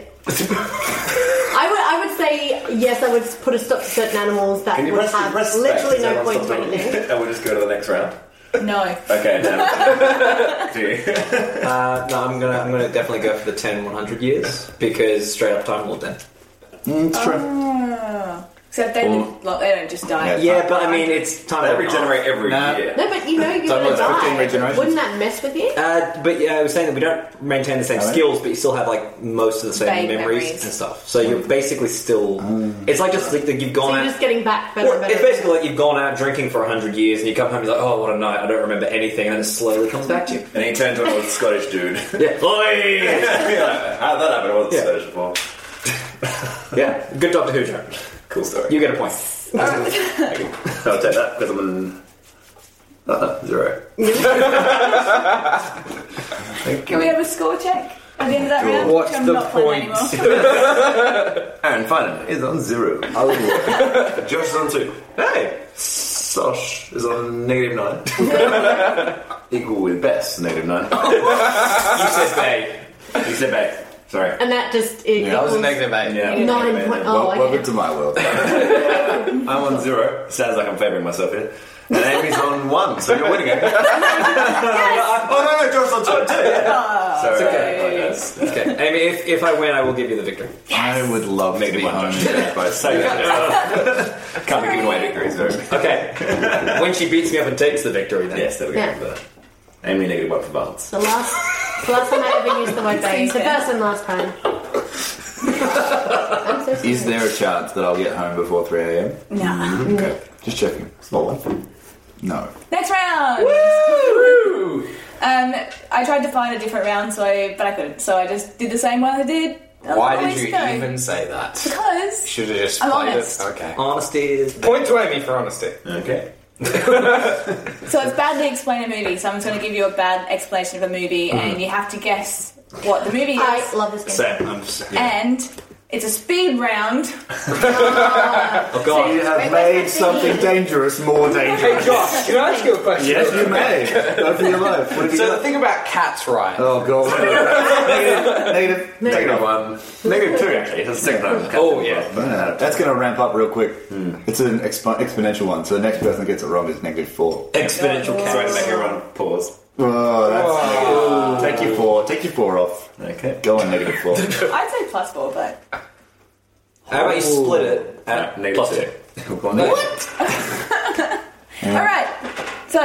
[SPEAKER 5] I would, I would say yes. I would put a stop to certain animals that
[SPEAKER 7] Can you
[SPEAKER 5] would
[SPEAKER 7] press,
[SPEAKER 5] have
[SPEAKER 7] press
[SPEAKER 5] literally
[SPEAKER 7] back?
[SPEAKER 5] no
[SPEAKER 7] Everyone
[SPEAKER 5] point
[SPEAKER 7] stop
[SPEAKER 5] to
[SPEAKER 7] talking.
[SPEAKER 5] anything.
[SPEAKER 7] and we'll just go to the next round.
[SPEAKER 1] No.
[SPEAKER 7] Okay, now. Do you?
[SPEAKER 2] uh, no, I'm gonna I'm gonna definitely go for the 10, 100 years because straight up time will then.
[SPEAKER 3] Mm, it's true.
[SPEAKER 1] Oh. Except they,
[SPEAKER 3] Or-
[SPEAKER 1] live, lo- they don't just die.
[SPEAKER 3] Yeah,
[SPEAKER 2] Yeah, but I mean it's time.
[SPEAKER 7] They
[SPEAKER 2] and a half.
[SPEAKER 7] regenerate every
[SPEAKER 3] Nah.
[SPEAKER 7] year.
[SPEAKER 5] No, but you know you're
[SPEAKER 3] Don't
[SPEAKER 5] going to
[SPEAKER 3] look, 15
[SPEAKER 5] die.
[SPEAKER 3] regenerations.
[SPEAKER 5] Wouldn't that mess with you?
[SPEAKER 2] Uh, but yeah, I was saying that we don't maintain the same
[SPEAKER 3] Alright.
[SPEAKER 2] skills, but you still have like most of the same
[SPEAKER 1] Vague
[SPEAKER 2] memories,
[SPEAKER 1] memories.
[SPEAKER 2] and stuff. So you're basically still. It's like just like that you've
[SPEAKER 5] So
[SPEAKER 2] gone
[SPEAKER 5] you're
[SPEAKER 2] out.
[SPEAKER 5] just getting back better
[SPEAKER 2] Well,
[SPEAKER 5] and
[SPEAKER 2] it's
[SPEAKER 5] better.
[SPEAKER 2] basically like you've gone out drinking for hundred years, and you come home and you're like, "Oh, what a night! I don't remember anything," and then it slowly comes back to you.
[SPEAKER 7] And he turned to an old Scottish dude.
[SPEAKER 2] Yeah, Oi!
[SPEAKER 7] How that happened? It wasn't
[SPEAKER 2] Yeah.
[SPEAKER 7] Scottish before.
[SPEAKER 2] yeah. Good Doctor Who joke.
[SPEAKER 7] Cool story.
[SPEAKER 2] You get a point.
[SPEAKER 7] Okay. I'll take that because I'm an uh, zero.
[SPEAKER 1] Can we have a score check at the end of that round?
[SPEAKER 4] What's
[SPEAKER 1] I'm
[SPEAKER 4] the
[SPEAKER 1] not playing
[SPEAKER 4] point?
[SPEAKER 1] anymore.
[SPEAKER 7] Aaron Finan is on zero. Josh is on two.
[SPEAKER 2] Hey,
[SPEAKER 7] Sosh is on negative nine. Equal with Bess, negative nine.
[SPEAKER 2] you said bay.
[SPEAKER 7] you said back. Sorry.
[SPEAKER 5] and that just it
[SPEAKER 3] Yeah, I was
[SPEAKER 5] equals
[SPEAKER 4] eight.
[SPEAKER 7] Yeah.
[SPEAKER 5] nine point.
[SPEAKER 3] Well,
[SPEAKER 5] Oh, okay.
[SPEAKER 3] Welcome to my world.
[SPEAKER 7] I'm on zero. Sounds like I'm favouring myself here. And Amy's on one, so you're winning it. Oh no, no, Josh's on two. Sorry.
[SPEAKER 1] okay.
[SPEAKER 7] Ah. Okay.
[SPEAKER 2] Okay, Amy. If, if I win, I will give you the victory.
[SPEAKER 3] I would love to
[SPEAKER 7] Negative
[SPEAKER 3] be
[SPEAKER 7] one,
[SPEAKER 3] home
[SPEAKER 7] Josh.
[SPEAKER 3] by
[SPEAKER 7] So yeah. Can't be giving away victories, though.
[SPEAKER 2] Okay. when she beats me up and takes the victory, then
[SPEAKER 7] Yes, there we go.
[SPEAKER 5] Yeah.
[SPEAKER 7] But Amy negative one for balance.
[SPEAKER 5] The last, the last time I ever used the word baby. The first and last time. I'm so sorry.
[SPEAKER 3] Is there a chance that I'll get home before 3 a.m.?
[SPEAKER 1] Nah.
[SPEAKER 3] Okay. Just checking.
[SPEAKER 7] Small one.
[SPEAKER 3] No.
[SPEAKER 1] Next round.
[SPEAKER 4] Woo!
[SPEAKER 1] Um, I tried to find a different round, so I, but I couldn't. So I just did the same one I did. a
[SPEAKER 6] Why
[SPEAKER 1] couple
[SPEAKER 6] did you
[SPEAKER 1] weeks ago.
[SPEAKER 6] even say that?
[SPEAKER 1] Because
[SPEAKER 6] Should have just
[SPEAKER 1] I'm
[SPEAKER 6] played
[SPEAKER 1] honest.
[SPEAKER 6] it. Okay.
[SPEAKER 2] honesty is.
[SPEAKER 4] Point to Amy for honesty.
[SPEAKER 7] Okay.
[SPEAKER 1] so it's badly explain a movie. So I'm just going to give you a bad explanation of a movie,
[SPEAKER 6] Mm.
[SPEAKER 1] and you have to guess what the movie is.
[SPEAKER 5] I love this game.
[SPEAKER 2] Same. I'm just. Yeah.
[SPEAKER 1] and it's a speed round.
[SPEAKER 2] Oh god.
[SPEAKER 3] You have
[SPEAKER 5] Wait, where's
[SPEAKER 3] made
[SPEAKER 5] my
[SPEAKER 3] something dangerous more dangerous.
[SPEAKER 4] Hey Josh, can I ask you a question?
[SPEAKER 3] yes, you may. Go for your life. What have you
[SPEAKER 4] So the
[SPEAKER 3] got?
[SPEAKER 4] thing about cats, right?
[SPEAKER 3] Oh, God. negative. Negative.
[SPEAKER 7] Negative one. Negative two actually. That's the second time.
[SPEAKER 2] Oh yeah.
[SPEAKER 3] Uh, That's going to ramp up real quick. It's an expo- exponential one, so the next person that gets it wrong is negative four.
[SPEAKER 2] Oh, Exponential
[SPEAKER 7] Sorry to
[SPEAKER 2] cats.
[SPEAKER 7] make everyone pause.
[SPEAKER 3] Oh, that's Take your four. Take your four off.
[SPEAKER 7] Okay.
[SPEAKER 3] Go on, negative four.
[SPEAKER 1] I'd say plus four, but
[SPEAKER 2] How about you split it at
[SPEAKER 7] Negative
[SPEAKER 2] plus
[SPEAKER 7] two.
[SPEAKER 2] two?
[SPEAKER 7] What?
[SPEAKER 1] all right. So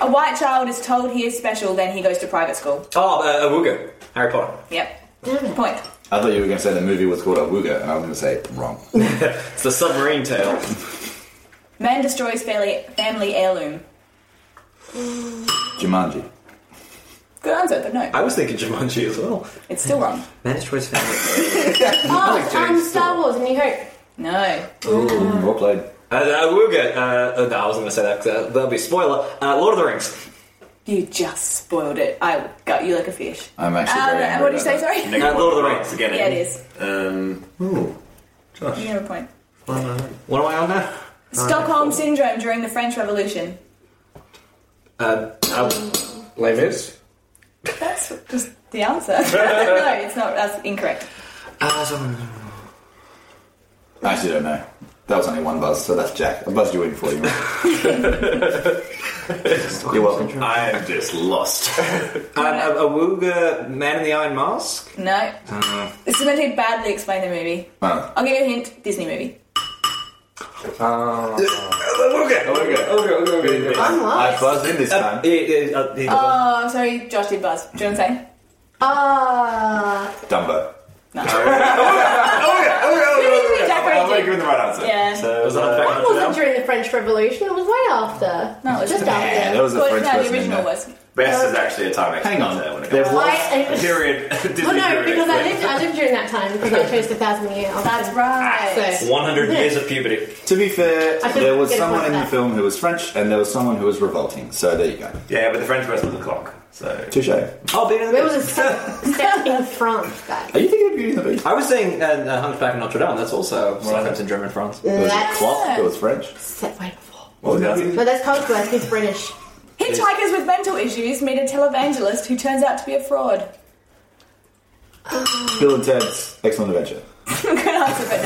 [SPEAKER 1] a white child is told he is special, then he goes to private school.
[SPEAKER 2] Oh, uh, Awooga. Harry Potter.
[SPEAKER 1] Yep. Point.
[SPEAKER 3] I thought you were going to say the movie was called Awooga, and I was going to say wrong.
[SPEAKER 2] It's the submarine tale.
[SPEAKER 1] Man destroys family family heirloom.
[SPEAKER 3] Jumanji.
[SPEAKER 1] Good answer, but no,
[SPEAKER 2] I was thinking Jumanji as well.
[SPEAKER 1] it's still wrong.
[SPEAKER 2] Man's Choice Family.
[SPEAKER 5] Oh, um, Star Wars, and you hope.
[SPEAKER 1] No.
[SPEAKER 3] Mm, well played.
[SPEAKER 2] uh, Awooga. Uh, no, I wasn't going to say that because uh, that'll be a spoiler. Uh, Lord of the Rings.
[SPEAKER 1] You just spoiled it. I got you like a fish.
[SPEAKER 3] I'm actually
[SPEAKER 1] Um,
[SPEAKER 3] very
[SPEAKER 1] and
[SPEAKER 3] angry
[SPEAKER 1] what did you say?
[SPEAKER 3] about that.
[SPEAKER 1] Sorry.
[SPEAKER 7] Negative
[SPEAKER 2] Uh, Lord of the
[SPEAKER 7] one.
[SPEAKER 2] Rings.
[SPEAKER 7] again. eh?
[SPEAKER 1] Yeah, it is.
[SPEAKER 7] Um,
[SPEAKER 1] You have a point.
[SPEAKER 2] What am I on now?
[SPEAKER 1] Stockholm syndrome during the French Revolution.
[SPEAKER 2] Uh, uh,
[SPEAKER 4] Lame is.
[SPEAKER 1] That's just the answer. no, it's not. That's incorrect.
[SPEAKER 2] uh, so-
[SPEAKER 3] I actually don't know. That was only one buzz, so that's Jack. I buzzed you in for you. You're welcome.
[SPEAKER 7] I am just lost.
[SPEAKER 2] um, a- Awooga, Man in the Iron Mask.
[SPEAKER 1] No.
[SPEAKER 3] Uh,
[SPEAKER 1] This is meant to badly explain the movie.
[SPEAKER 3] Wow.
[SPEAKER 1] I'll give you a hint. Disney movie.
[SPEAKER 5] I'm
[SPEAKER 3] I
[SPEAKER 5] lost.
[SPEAKER 3] buzzed in this
[SPEAKER 2] Uh,
[SPEAKER 3] time.
[SPEAKER 2] it- it- uh, it-
[SPEAKER 1] Oh, sorry, Josh did buzz. Do you want to say?
[SPEAKER 5] Ah,
[SPEAKER 3] Dumbo. Oh,
[SPEAKER 1] No. Jack already
[SPEAKER 7] already given the right answer.
[SPEAKER 1] Yeah.
[SPEAKER 7] So it was
[SPEAKER 5] That wasn't during the French Revolution. It was way after.
[SPEAKER 1] No, it was
[SPEAKER 5] just
[SPEAKER 1] before.
[SPEAKER 5] after.
[SPEAKER 3] Yeah, that was a
[SPEAKER 1] Well,
[SPEAKER 3] French
[SPEAKER 1] no, the
[SPEAKER 3] person in
[SPEAKER 1] original
[SPEAKER 3] there.
[SPEAKER 1] was.
[SPEAKER 7] Best is actually a time
[SPEAKER 3] Hang on.
[SPEAKER 7] There
[SPEAKER 3] They've lost.
[SPEAKER 5] Why- it was-
[SPEAKER 7] Period.
[SPEAKER 5] Well, no, because I lived, I lived during that time because I chose the thousand year. option.
[SPEAKER 1] That's right.
[SPEAKER 5] Ah, So,
[SPEAKER 6] 100 years of puberty.
[SPEAKER 3] To be fair,
[SPEAKER 5] I should
[SPEAKER 3] there was
[SPEAKER 5] get a
[SPEAKER 3] someone
[SPEAKER 5] point
[SPEAKER 3] in the
[SPEAKER 5] back.
[SPEAKER 3] film who was French, and there was someone who was revolting. So there you go.
[SPEAKER 7] Yeah, but the French person was a clock. So
[SPEAKER 3] Touche.
[SPEAKER 2] Oh, Beauty and the
[SPEAKER 5] there
[SPEAKER 2] Beast.
[SPEAKER 5] was a step, step in front back.
[SPEAKER 3] Are you thinking of Beauty and the Beast?
[SPEAKER 2] I was saying uh, uh, Hunchback of Notre Dame. That's also what happens in German France.
[SPEAKER 3] There was a
[SPEAKER 5] That's-
[SPEAKER 3] clock that was French.
[SPEAKER 5] Step way before.
[SPEAKER 3] What was the answer?
[SPEAKER 5] But that's Cosworth. He's British.
[SPEAKER 1] Hitchhikers with mental issues meet a televangelist who turns out to be a fraud.
[SPEAKER 3] Bill and Ted's Excellent Adventure.
[SPEAKER 1] Good answer, but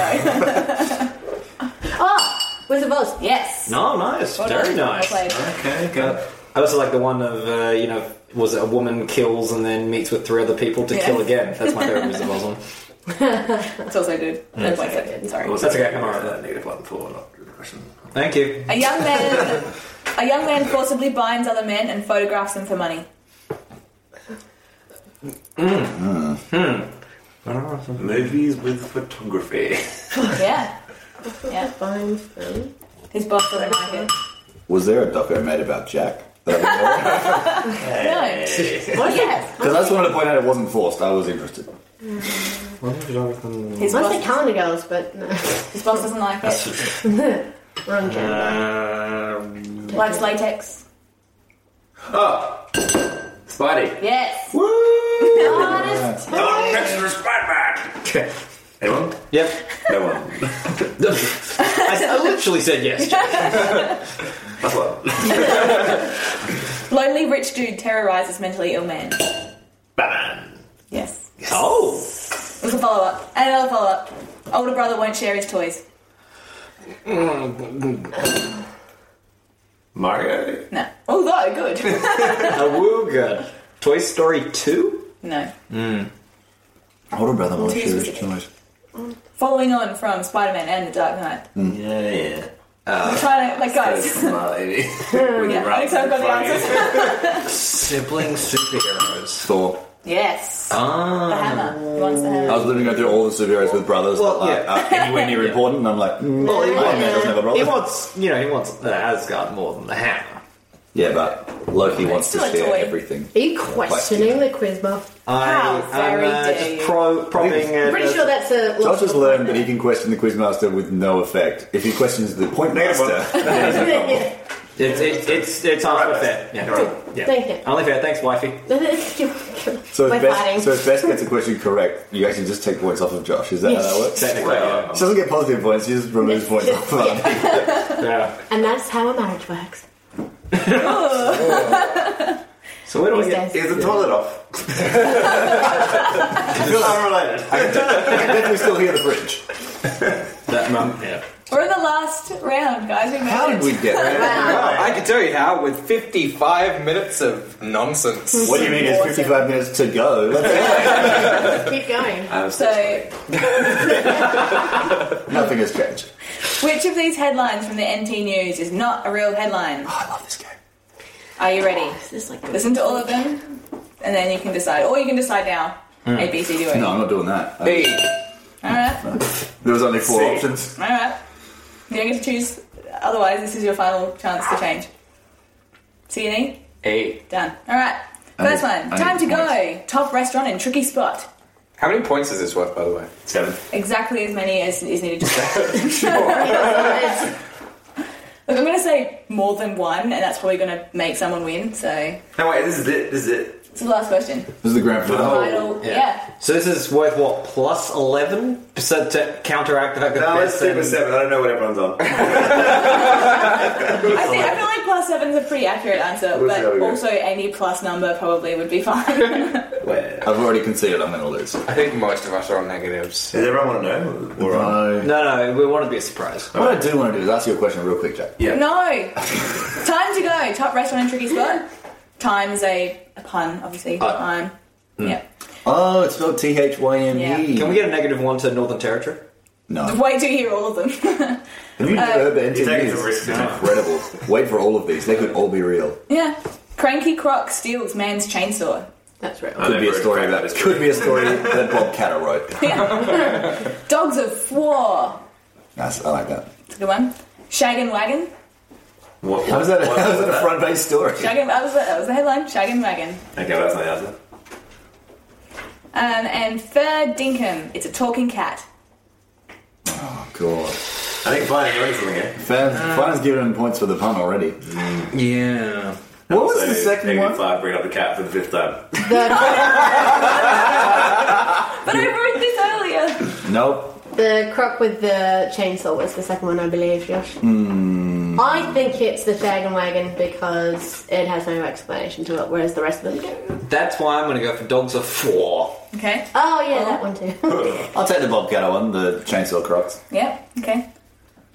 [SPEAKER 1] no.
[SPEAKER 5] Oh, Wizard of Oz.
[SPEAKER 1] yes.
[SPEAKER 2] No, Oh, nice,
[SPEAKER 1] Well
[SPEAKER 2] very
[SPEAKER 1] done. Well
[SPEAKER 2] nice.
[SPEAKER 1] played.
[SPEAKER 2] Okay, okay. I also like the one of uh, you know, was it a woman kills and then meets with three other people to
[SPEAKER 1] Yeah.
[SPEAKER 2] kill again? That's my favorite Wizard of Oz one.
[SPEAKER 1] It's also good. That's why I said it. Sorry.
[SPEAKER 2] That's okay. I'm alright.
[SPEAKER 7] that negative one for not the question.
[SPEAKER 2] Thank you.
[SPEAKER 1] A young man, a young man forcibly binds other men and photographs them for money.
[SPEAKER 7] Movies with photography.
[SPEAKER 1] Yeah, yeah.
[SPEAKER 5] Fine film.
[SPEAKER 1] His boss doesn't like it.
[SPEAKER 3] Was there a doco made about Jack? Because
[SPEAKER 1] No. Well, yes.
[SPEAKER 3] I just wanted to point out it wasn't forced. I was interested.
[SPEAKER 1] His
[SPEAKER 5] Mostly
[SPEAKER 1] boss,
[SPEAKER 5] calendar girls, but no.
[SPEAKER 1] his boss doesn't like it.
[SPEAKER 5] Wrong gender.
[SPEAKER 3] Uh,
[SPEAKER 7] Um,
[SPEAKER 1] Likes latex.
[SPEAKER 7] oh, Spidey.
[SPEAKER 1] Yes.
[SPEAKER 7] Woo!
[SPEAKER 1] Honest.
[SPEAKER 7] Not Picture Spider-Man. Anyone?
[SPEAKER 2] Yep.
[SPEAKER 7] No one.
[SPEAKER 2] I, s- I literally said yes. Jack.
[SPEAKER 7] That's what.
[SPEAKER 1] Lonely rich dude terrorizes mentally ill man.
[SPEAKER 7] Batman.
[SPEAKER 1] Yes.
[SPEAKER 2] Oh,
[SPEAKER 1] It was a follow up. Another follow up. Older brother won't share his toys.
[SPEAKER 7] Mario.
[SPEAKER 1] No. Although good.
[SPEAKER 2] a woo good. Toy Story two.
[SPEAKER 1] no.
[SPEAKER 3] Older brother was
[SPEAKER 1] Too
[SPEAKER 3] sure his
[SPEAKER 1] specific.
[SPEAKER 3] choice.
[SPEAKER 1] Following on from Spider Man and the Dark Knight.
[SPEAKER 7] Yeah, yeah.
[SPEAKER 1] I'm trying to like guys.
[SPEAKER 7] Smart lady.
[SPEAKER 1] Yeah, I think so I've got the answer.
[SPEAKER 2] Sibling superheroes.
[SPEAKER 3] Thor.
[SPEAKER 1] Yes.
[SPEAKER 2] Ah.
[SPEAKER 1] The hammer. He wants the hammer.
[SPEAKER 3] I was literally going through all the superheroes with brothers
[SPEAKER 2] Well,
[SPEAKER 3] that like
[SPEAKER 2] yeah.
[SPEAKER 3] are uh, anywhere near important, and I'm like, mm,
[SPEAKER 2] Well, he
[SPEAKER 3] Iron Man doesn't
[SPEAKER 2] wants,
[SPEAKER 3] have a brother.
[SPEAKER 2] he wants, you know, he wants the Asgard more than the hammer.
[SPEAKER 3] yeah, but Loki wants to
[SPEAKER 1] still a
[SPEAKER 3] share
[SPEAKER 1] toy.
[SPEAKER 3] everything.
[SPEAKER 5] Are you questioning the Quizmuff?
[SPEAKER 1] How
[SPEAKER 2] I
[SPEAKER 1] very
[SPEAKER 2] am uh,
[SPEAKER 1] dare
[SPEAKER 2] just
[SPEAKER 1] you.
[SPEAKER 2] pro- propping it.
[SPEAKER 5] I'm pretty
[SPEAKER 2] as-
[SPEAKER 5] sure that's a.
[SPEAKER 3] Josh
[SPEAKER 5] logical
[SPEAKER 3] has learned that
[SPEAKER 5] point
[SPEAKER 3] he can question the quizmaster with no effect. If he questions the point
[SPEAKER 7] Negative
[SPEAKER 3] master, then he's
[SPEAKER 5] there.
[SPEAKER 3] in trouble.
[SPEAKER 5] Yeah.
[SPEAKER 2] It's it's it's it's half
[SPEAKER 7] Alright,
[SPEAKER 2] fair. Yeah. yeah.
[SPEAKER 5] Thank you.
[SPEAKER 2] Only fair. Thanks, wifey.
[SPEAKER 3] So
[SPEAKER 5] We're
[SPEAKER 3] if,
[SPEAKER 5] fighting.
[SPEAKER 3] best, so if Best gets a question correct, you actually just take points off of Josh. Is that how that works?
[SPEAKER 2] Technically.
[SPEAKER 7] Well,
[SPEAKER 3] She doesn't get positive points, she just removes points off of other people.
[SPEAKER 2] yeah.
[SPEAKER 5] and that's how a marriage works.
[SPEAKER 2] So where do we
[SPEAKER 5] These
[SPEAKER 2] get?
[SPEAKER 5] days.
[SPEAKER 7] is the toilet off? Feel unrelated.
[SPEAKER 3] I can definitely still hear the fridge.
[SPEAKER 2] That mum. Yeah.
[SPEAKER 1] We're in the last round, guys. We made
[SPEAKER 3] How
[SPEAKER 1] it.
[SPEAKER 3] did we get there?
[SPEAKER 4] I can tell you how with 55 minutes of nonsense.
[SPEAKER 3] What do you mean it's 55 minutes to go?
[SPEAKER 5] Keep going.
[SPEAKER 1] So,
[SPEAKER 3] Nothing has changed.
[SPEAKER 1] which of these headlines from the NT News is not a real headline?
[SPEAKER 3] I love this game.
[SPEAKER 1] Are you ready?
[SPEAKER 5] This is like
[SPEAKER 1] Listen to all of them, and then you can decide. Or you can decide now. A, B, C, D, or E.
[SPEAKER 3] Hmm. No,
[SPEAKER 1] All
[SPEAKER 3] I'm not doing that. I-
[SPEAKER 4] B.
[SPEAKER 1] right,
[SPEAKER 3] Um, There was only four
[SPEAKER 7] See.
[SPEAKER 3] options.
[SPEAKER 1] all right. You don't get to choose. Otherwise, this is your final chance to change. C and E
[SPEAKER 2] Eight.
[SPEAKER 1] done. All right.
[SPEAKER 3] I
[SPEAKER 1] First
[SPEAKER 3] need-
[SPEAKER 1] one.
[SPEAKER 3] I
[SPEAKER 1] Time to
[SPEAKER 3] need
[SPEAKER 1] go. Top restaurant in tricky spot.
[SPEAKER 4] How many points is this worth, by the way?
[SPEAKER 7] Seven.
[SPEAKER 1] Exactly as many as is needed. Look,
[SPEAKER 5] It's-
[SPEAKER 1] I'm going to say more than one, and that's probably going to make someone win. So,
[SPEAKER 7] No, wait, this is it. This is it.
[SPEAKER 1] it's the last question.
[SPEAKER 3] This is the grand finale.
[SPEAKER 1] Final. yeah.
[SPEAKER 2] So this is worth what plus eleven percent to counteract the fact that
[SPEAKER 7] No, let's
[SPEAKER 2] Bess
[SPEAKER 7] stick with
[SPEAKER 2] and-
[SPEAKER 7] Oh, seven. I don't know what everyone's on.
[SPEAKER 1] I, think, I feel like plus seven's a pretty accurate answer,
[SPEAKER 7] We'll see how we
[SPEAKER 1] but
[SPEAKER 7] go.
[SPEAKER 1] also any plus number probably would be fine.
[SPEAKER 7] Where?
[SPEAKER 3] I've already conceded I'm going to lose.
[SPEAKER 4] I think most of us are on negatives.
[SPEAKER 7] Does everyone want to know? Or
[SPEAKER 3] No.
[SPEAKER 2] No, no. We want to be a surprise.
[SPEAKER 3] What I do want to do is ask you a question real quick, Jack.
[SPEAKER 7] Yeah.
[SPEAKER 1] no! Time to go. Top restaurant in tricky spot. Time is a, a pun, obviously. Time. Yeah.
[SPEAKER 3] Oh, it's spelled T H Y M E.
[SPEAKER 1] Yeah.
[SPEAKER 2] Can we get a negative one to Northern Territory?
[SPEAKER 3] No.
[SPEAKER 1] Wait till you hear all of them.
[SPEAKER 3] Have you heard the
[SPEAKER 7] You're taking
[SPEAKER 3] interviews?
[SPEAKER 7] some risks
[SPEAKER 3] It's
[SPEAKER 7] now.
[SPEAKER 3] incredible. Wait for all of these. They could all be real.
[SPEAKER 1] yeah. Cranky Croc steals man's chainsaw.
[SPEAKER 5] That's right.
[SPEAKER 2] Uh,
[SPEAKER 3] Could be a story about Could be a story that Bob Catter wrote.
[SPEAKER 1] Dogs of War.
[SPEAKER 3] That's, I like that.
[SPEAKER 1] It's a good one. Shag and Wagon.
[SPEAKER 7] What,
[SPEAKER 3] How is that, how is that a front page story?
[SPEAKER 1] Shag and, that, was the, that was the headline. Shag and Wagon.
[SPEAKER 7] Okay, well, that's not the answer.
[SPEAKER 1] Um, and third, Dinkum. It's a talking cat.
[SPEAKER 3] Cool.
[SPEAKER 7] I think Flying Road is something here.
[SPEAKER 3] Oh, Fan, Fan's given points for the pun already.
[SPEAKER 2] Yeah.
[SPEAKER 3] What was the second one?
[SPEAKER 7] negative five, bring up the cat for the fifth time.
[SPEAKER 5] The,
[SPEAKER 1] But I wrote this earlier.
[SPEAKER 3] Nope.
[SPEAKER 5] the croc with the chainsaw was the second one, I believe, Josh.
[SPEAKER 2] Hmm.
[SPEAKER 5] I think it's the shag and wagon because it has no explanation to it, whereas the rest of them do.
[SPEAKER 2] That's why I'm going to go for dogs of four.
[SPEAKER 1] Okay.
[SPEAKER 5] Oh, yeah, that one too.
[SPEAKER 2] Oh.
[SPEAKER 3] I'll take the Bobcat one, the chainsaw crocs.
[SPEAKER 1] Yeah. Okay.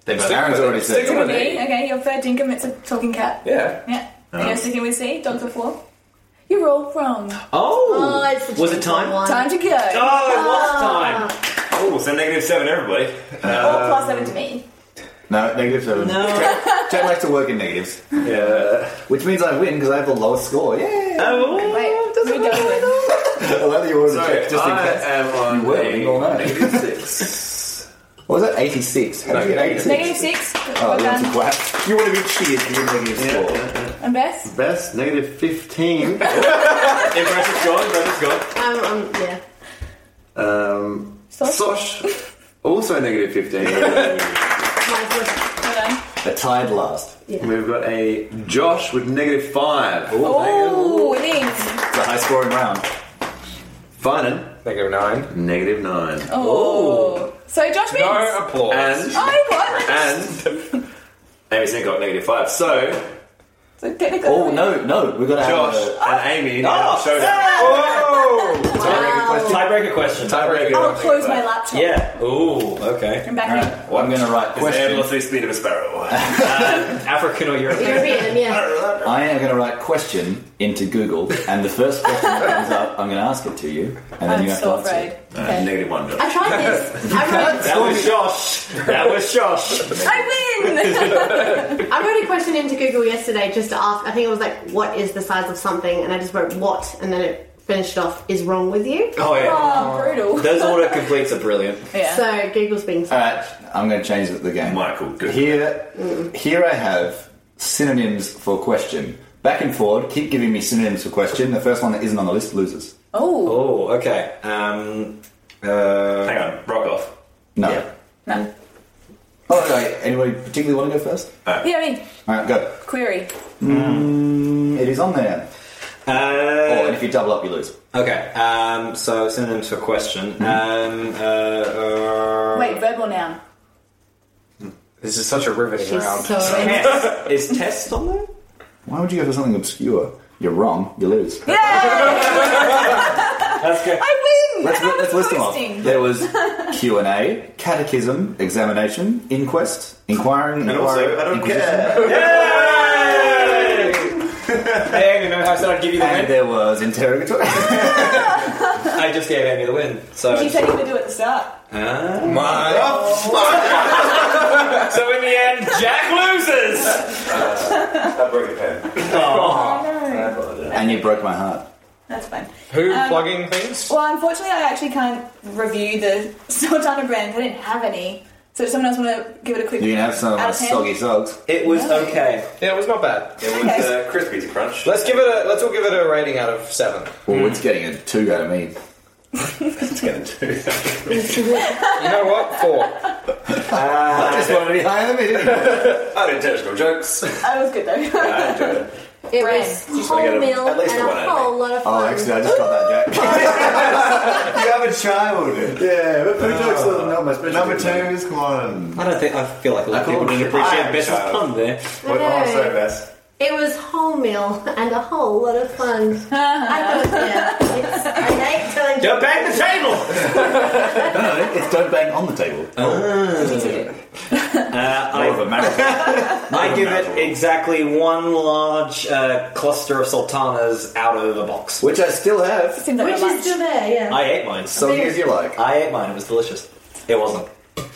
[SPEAKER 3] They've Aaron's already said.
[SPEAKER 4] Six
[SPEAKER 3] it.
[SPEAKER 1] Dinkum,
[SPEAKER 4] on an
[SPEAKER 1] okay.
[SPEAKER 4] eight.
[SPEAKER 1] Your third, Dinkum. It's a talking cat.
[SPEAKER 4] Yeah.
[SPEAKER 1] Yeah.
[SPEAKER 3] Um,
[SPEAKER 1] And you're sticking with C. Dogs of War. You're all wrong.
[SPEAKER 2] Oh!
[SPEAKER 5] Oh, it's the
[SPEAKER 2] was it
[SPEAKER 5] cheap
[SPEAKER 2] time?
[SPEAKER 5] one. Ah.
[SPEAKER 1] Time to go.
[SPEAKER 2] Oh, it was time!
[SPEAKER 7] Oh, so negative seven, everybody.
[SPEAKER 1] Or plus seven to me.
[SPEAKER 3] No, negative seven. No. Jack likes to work in negatives.
[SPEAKER 7] Yeah.
[SPEAKER 3] Which means I win because I have the lowest score. Yeah.
[SPEAKER 7] Oh,
[SPEAKER 1] Wait, does we go with?
[SPEAKER 3] I love that you ordered
[SPEAKER 7] sorry,
[SPEAKER 3] Jack just in
[SPEAKER 7] I
[SPEAKER 3] case.
[SPEAKER 7] am on
[SPEAKER 3] You were, you all know.
[SPEAKER 7] a negative six.
[SPEAKER 3] What was that? 86. How did you get 86?
[SPEAKER 1] Negative six.
[SPEAKER 3] Oh,
[SPEAKER 1] well
[SPEAKER 3] you want to
[SPEAKER 1] done.
[SPEAKER 3] clap. You want to be cheered for your negative score.
[SPEAKER 1] And Bess.
[SPEAKER 7] Best, negative 15. Impressive gone, impressive gone.
[SPEAKER 5] Um, um, yeah.
[SPEAKER 7] Um,
[SPEAKER 1] Sosh.
[SPEAKER 7] Sosh, also negative 15.
[SPEAKER 5] Might as well-
[SPEAKER 1] Well done.
[SPEAKER 3] A tied last.
[SPEAKER 7] We've got a Josh with negative 5.
[SPEAKER 1] Oh, it is.
[SPEAKER 3] It's a high scoring round.
[SPEAKER 7] Finan,
[SPEAKER 4] Negative nine.
[SPEAKER 7] negative 9.
[SPEAKER 1] Oh. So Josh wins.
[SPEAKER 4] No applause.
[SPEAKER 7] And,
[SPEAKER 1] I won.
[SPEAKER 7] and, Amy Sink got negative 5. So,
[SPEAKER 1] So technically.
[SPEAKER 3] Oh, no, no. We've got to
[SPEAKER 7] Josh
[SPEAKER 3] have a
[SPEAKER 7] and Amy now showed up.
[SPEAKER 4] Oh!
[SPEAKER 6] Tiebreaker question.
[SPEAKER 7] Tiebreaker.
[SPEAKER 1] I'll close my laptop.
[SPEAKER 6] Yeah.
[SPEAKER 2] Ooh,
[SPEAKER 4] Okay.
[SPEAKER 1] And back in.
[SPEAKER 3] Well, I'm going to write
[SPEAKER 7] Is the
[SPEAKER 3] question.
[SPEAKER 7] velocity speed of a sparrow? Uh,
[SPEAKER 2] African or European?
[SPEAKER 5] European, yeah.
[SPEAKER 3] I am going to write question into Google, and the first question that comes up, I'm going to ask it to you, and then
[SPEAKER 1] I'm
[SPEAKER 3] you have
[SPEAKER 1] so
[SPEAKER 3] to answer.
[SPEAKER 1] afraid.
[SPEAKER 3] it.
[SPEAKER 7] Uh,
[SPEAKER 1] Okay.
[SPEAKER 7] negative 1.
[SPEAKER 5] I tried this. I wrote,
[SPEAKER 6] That was Josh. That was Josh.
[SPEAKER 1] I win.
[SPEAKER 5] I wrote a question into Google yesterday just to ask. I think it was like, "What is the size of something?" And I just wrote "what," and then it finished off, "Is wrong with you?"
[SPEAKER 2] Oh, yeah.
[SPEAKER 5] Ah.
[SPEAKER 1] oh, brutal.
[SPEAKER 2] Those auto completes are brilliant.
[SPEAKER 1] Yeah.
[SPEAKER 5] So Google's being.
[SPEAKER 3] All right, I'm going to change the game.
[SPEAKER 7] Michael, good.
[SPEAKER 3] Here, here I have synonyms for question. Back and forward, keep giving me synonyms for question. The first one that isn't on the list loses.
[SPEAKER 1] oh.
[SPEAKER 2] Oh, okay. Um, uh,
[SPEAKER 7] Hang on, rock off.
[SPEAKER 3] No.
[SPEAKER 2] Yeah.
[SPEAKER 1] No.
[SPEAKER 3] Oh, okay. Anybody particularly want to go first?
[SPEAKER 7] Uh,
[SPEAKER 1] Yeah, me.
[SPEAKER 3] All right, go.
[SPEAKER 1] E. Query.
[SPEAKER 3] Mm, it is on there. Oh, and
[SPEAKER 2] uh,
[SPEAKER 3] if you double up, you lose.
[SPEAKER 2] okay, um, so synonyms for question. Um, uh, uh,
[SPEAKER 1] Wait, verb or noun?
[SPEAKER 4] This is such a riveting
[SPEAKER 5] She's
[SPEAKER 4] round.
[SPEAKER 5] so.
[SPEAKER 2] Test. Is test on there?
[SPEAKER 3] Why would you go for something obscure? You're wrong. You lose.
[SPEAKER 1] Yay!
[SPEAKER 2] That's good.
[SPEAKER 1] I win.
[SPEAKER 3] Let's,
[SPEAKER 1] And I
[SPEAKER 3] let's
[SPEAKER 1] was
[SPEAKER 3] list them off.
[SPEAKER 1] posting.
[SPEAKER 3] There was Q and A, catechism, examination, inquest, inquiring,
[SPEAKER 7] And also, I
[SPEAKER 3] inquiry,
[SPEAKER 7] don't
[SPEAKER 3] inquisition.
[SPEAKER 7] care.
[SPEAKER 2] Hey, Amy, I said I'd give you the
[SPEAKER 3] And
[SPEAKER 2] win.
[SPEAKER 3] there was interrogatory.
[SPEAKER 2] I just gave Amy the win. So,
[SPEAKER 1] She said you could do it at the start.
[SPEAKER 2] Ah.
[SPEAKER 4] My
[SPEAKER 2] so in the end, Jack loses.
[SPEAKER 7] I broke a pen.
[SPEAKER 1] Oh, no.
[SPEAKER 3] and you broke my heart.
[SPEAKER 1] That's fine.
[SPEAKER 4] Who
[SPEAKER 1] Um,
[SPEAKER 4] plugging things?
[SPEAKER 1] Well, unfortunately, I actually can't review the Sultana brands. I didn't have any. So if someone else want to give it a quick.
[SPEAKER 3] You can have some of
[SPEAKER 1] out
[SPEAKER 3] my
[SPEAKER 1] of ten?
[SPEAKER 3] soggy socks.
[SPEAKER 2] It was okay.
[SPEAKER 4] Yeah, it was not bad.
[SPEAKER 7] It was uh, crispy to crunch.
[SPEAKER 4] Let's give it a. Let's all give it a rating out of seven.
[SPEAKER 7] Hmm.
[SPEAKER 3] Well, it's getting a two out of me.
[SPEAKER 4] You know what? Four.
[SPEAKER 3] I just want to be higher than me.
[SPEAKER 7] Unintentional jokes.
[SPEAKER 1] That Oh, was good though.
[SPEAKER 7] I enjoyed it.
[SPEAKER 5] It was
[SPEAKER 7] gotta get
[SPEAKER 5] wholemeal
[SPEAKER 7] at least
[SPEAKER 5] and
[SPEAKER 7] one out
[SPEAKER 5] a
[SPEAKER 7] of
[SPEAKER 5] whole lot of fun.
[SPEAKER 3] oh, actually, I just got that joke.
[SPEAKER 7] You have a child.
[SPEAKER 3] yeah, but food jokes are not my special.
[SPEAKER 7] Number two is one.
[SPEAKER 2] I don't think I feel like a lot of people didn't appreciate
[SPEAKER 7] I'm
[SPEAKER 2] Bess's
[SPEAKER 7] proud.
[SPEAKER 2] pun there.
[SPEAKER 7] What
[SPEAKER 5] know.
[SPEAKER 7] am I saying, Oh, Bess?
[SPEAKER 5] It was wholemeal and a whole lot of fun. I thought, yeah, it's, I like to enjoy.
[SPEAKER 2] Don't bang the table.
[SPEAKER 3] No, no, it's don't bang on the table.
[SPEAKER 2] Uh, I
[SPEAKER 3] More of a marathon.
[SPEAKER 2] I give it
[SPEAKER 7] Natural.
[SPEAKER 2] exactly one large uh, cluster of sultanas out of a box.
[SPEAKER 3] Which I still have.
[SPEAKER 1] Seems like
[SPEAKER 5] Which
[SPEAKER 1] a
[SPEAKER 5] is
[SPEAKER 1] bunch.
[SPEAKER 5] still there, yeah.
[SPEAKER 2] I ate mine.
[SPEAKER 3] So many as you like.
[SPEAKER 2] I ate mine. It was delicious. It wasn't.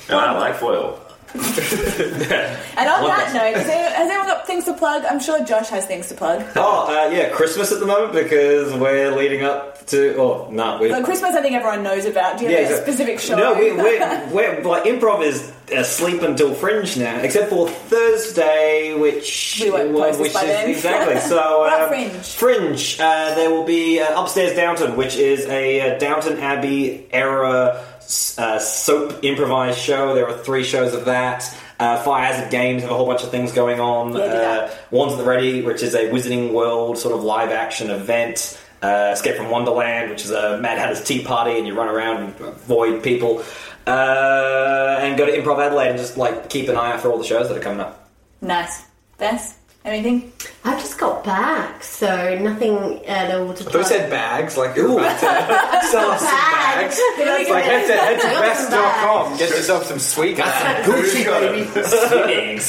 [SPEAKER 7] And I like foil.
[SPEAKER 1] And on
[SPEAKER 2] Love
[SPEAKER 1] that note, has anyone, has anyone got things to plug? I'm sure Josh has things to plug.
[SPEAKER 2] Oh, uh, yeah, Christmas at the moment because we're leading up to. Oh, no, we.
[SPEAKER 1] But Christmas, I think everyone knows about. Do you have a
[SPEAKER 2] exactly.
[SPEAKER 1] specific show?
[SPEAKER 2] No, we, we're, we're like improv is asleep until fringe now, except for Thursday, which
[SPEAKER 1] We won't post this
[SPEAKER 2] which
[SPEAKER 1] by
[SPEAKER 2] is
[SPEAKER 1] then.
[SPEAKER 2] exactly so.
[SPEAKER 1] What about
[SPEAKER 2] um,
[SPEAKER 1] Fringe?
[SPEAKER 2] Fringe. Uh, there will be uh, upstairs Downton, which is a uh, Downton Abbey era uh, soap improvised show. There are three shows of that. Uh, Fire Hazard Games have a whole bunch of things going on.
[SPEAKER 1] Yeah, do that.
[SPEAKER 2] uh, Wands at the Ready, which is a Wizarding World sort of live action event. Uh, Escape from Wonderland, which is a Mad Hatter's Tea Party, and you run around and avoid people. Uh, and go to Improv Adelaide and just like keep an eye out for all the shows that are coming up.
[SPEAKER 1] Nice. Bess, anything?
[SPEAKER 5] I've just got back, so nothing at all to
[SPEAKER 4] Who
[SPEAKER 5] plug.
[SPEAKER 4] said bags? Like, ooh, that's it. sell us some bags.
[SPEAKER 5] Bags.
[SPEAKER 4] Like, head to, head to
[SPEAKER 5] Sell us some
[SPEAKER 4] best.com. Get yourself some sweet bags. Gucci, baby.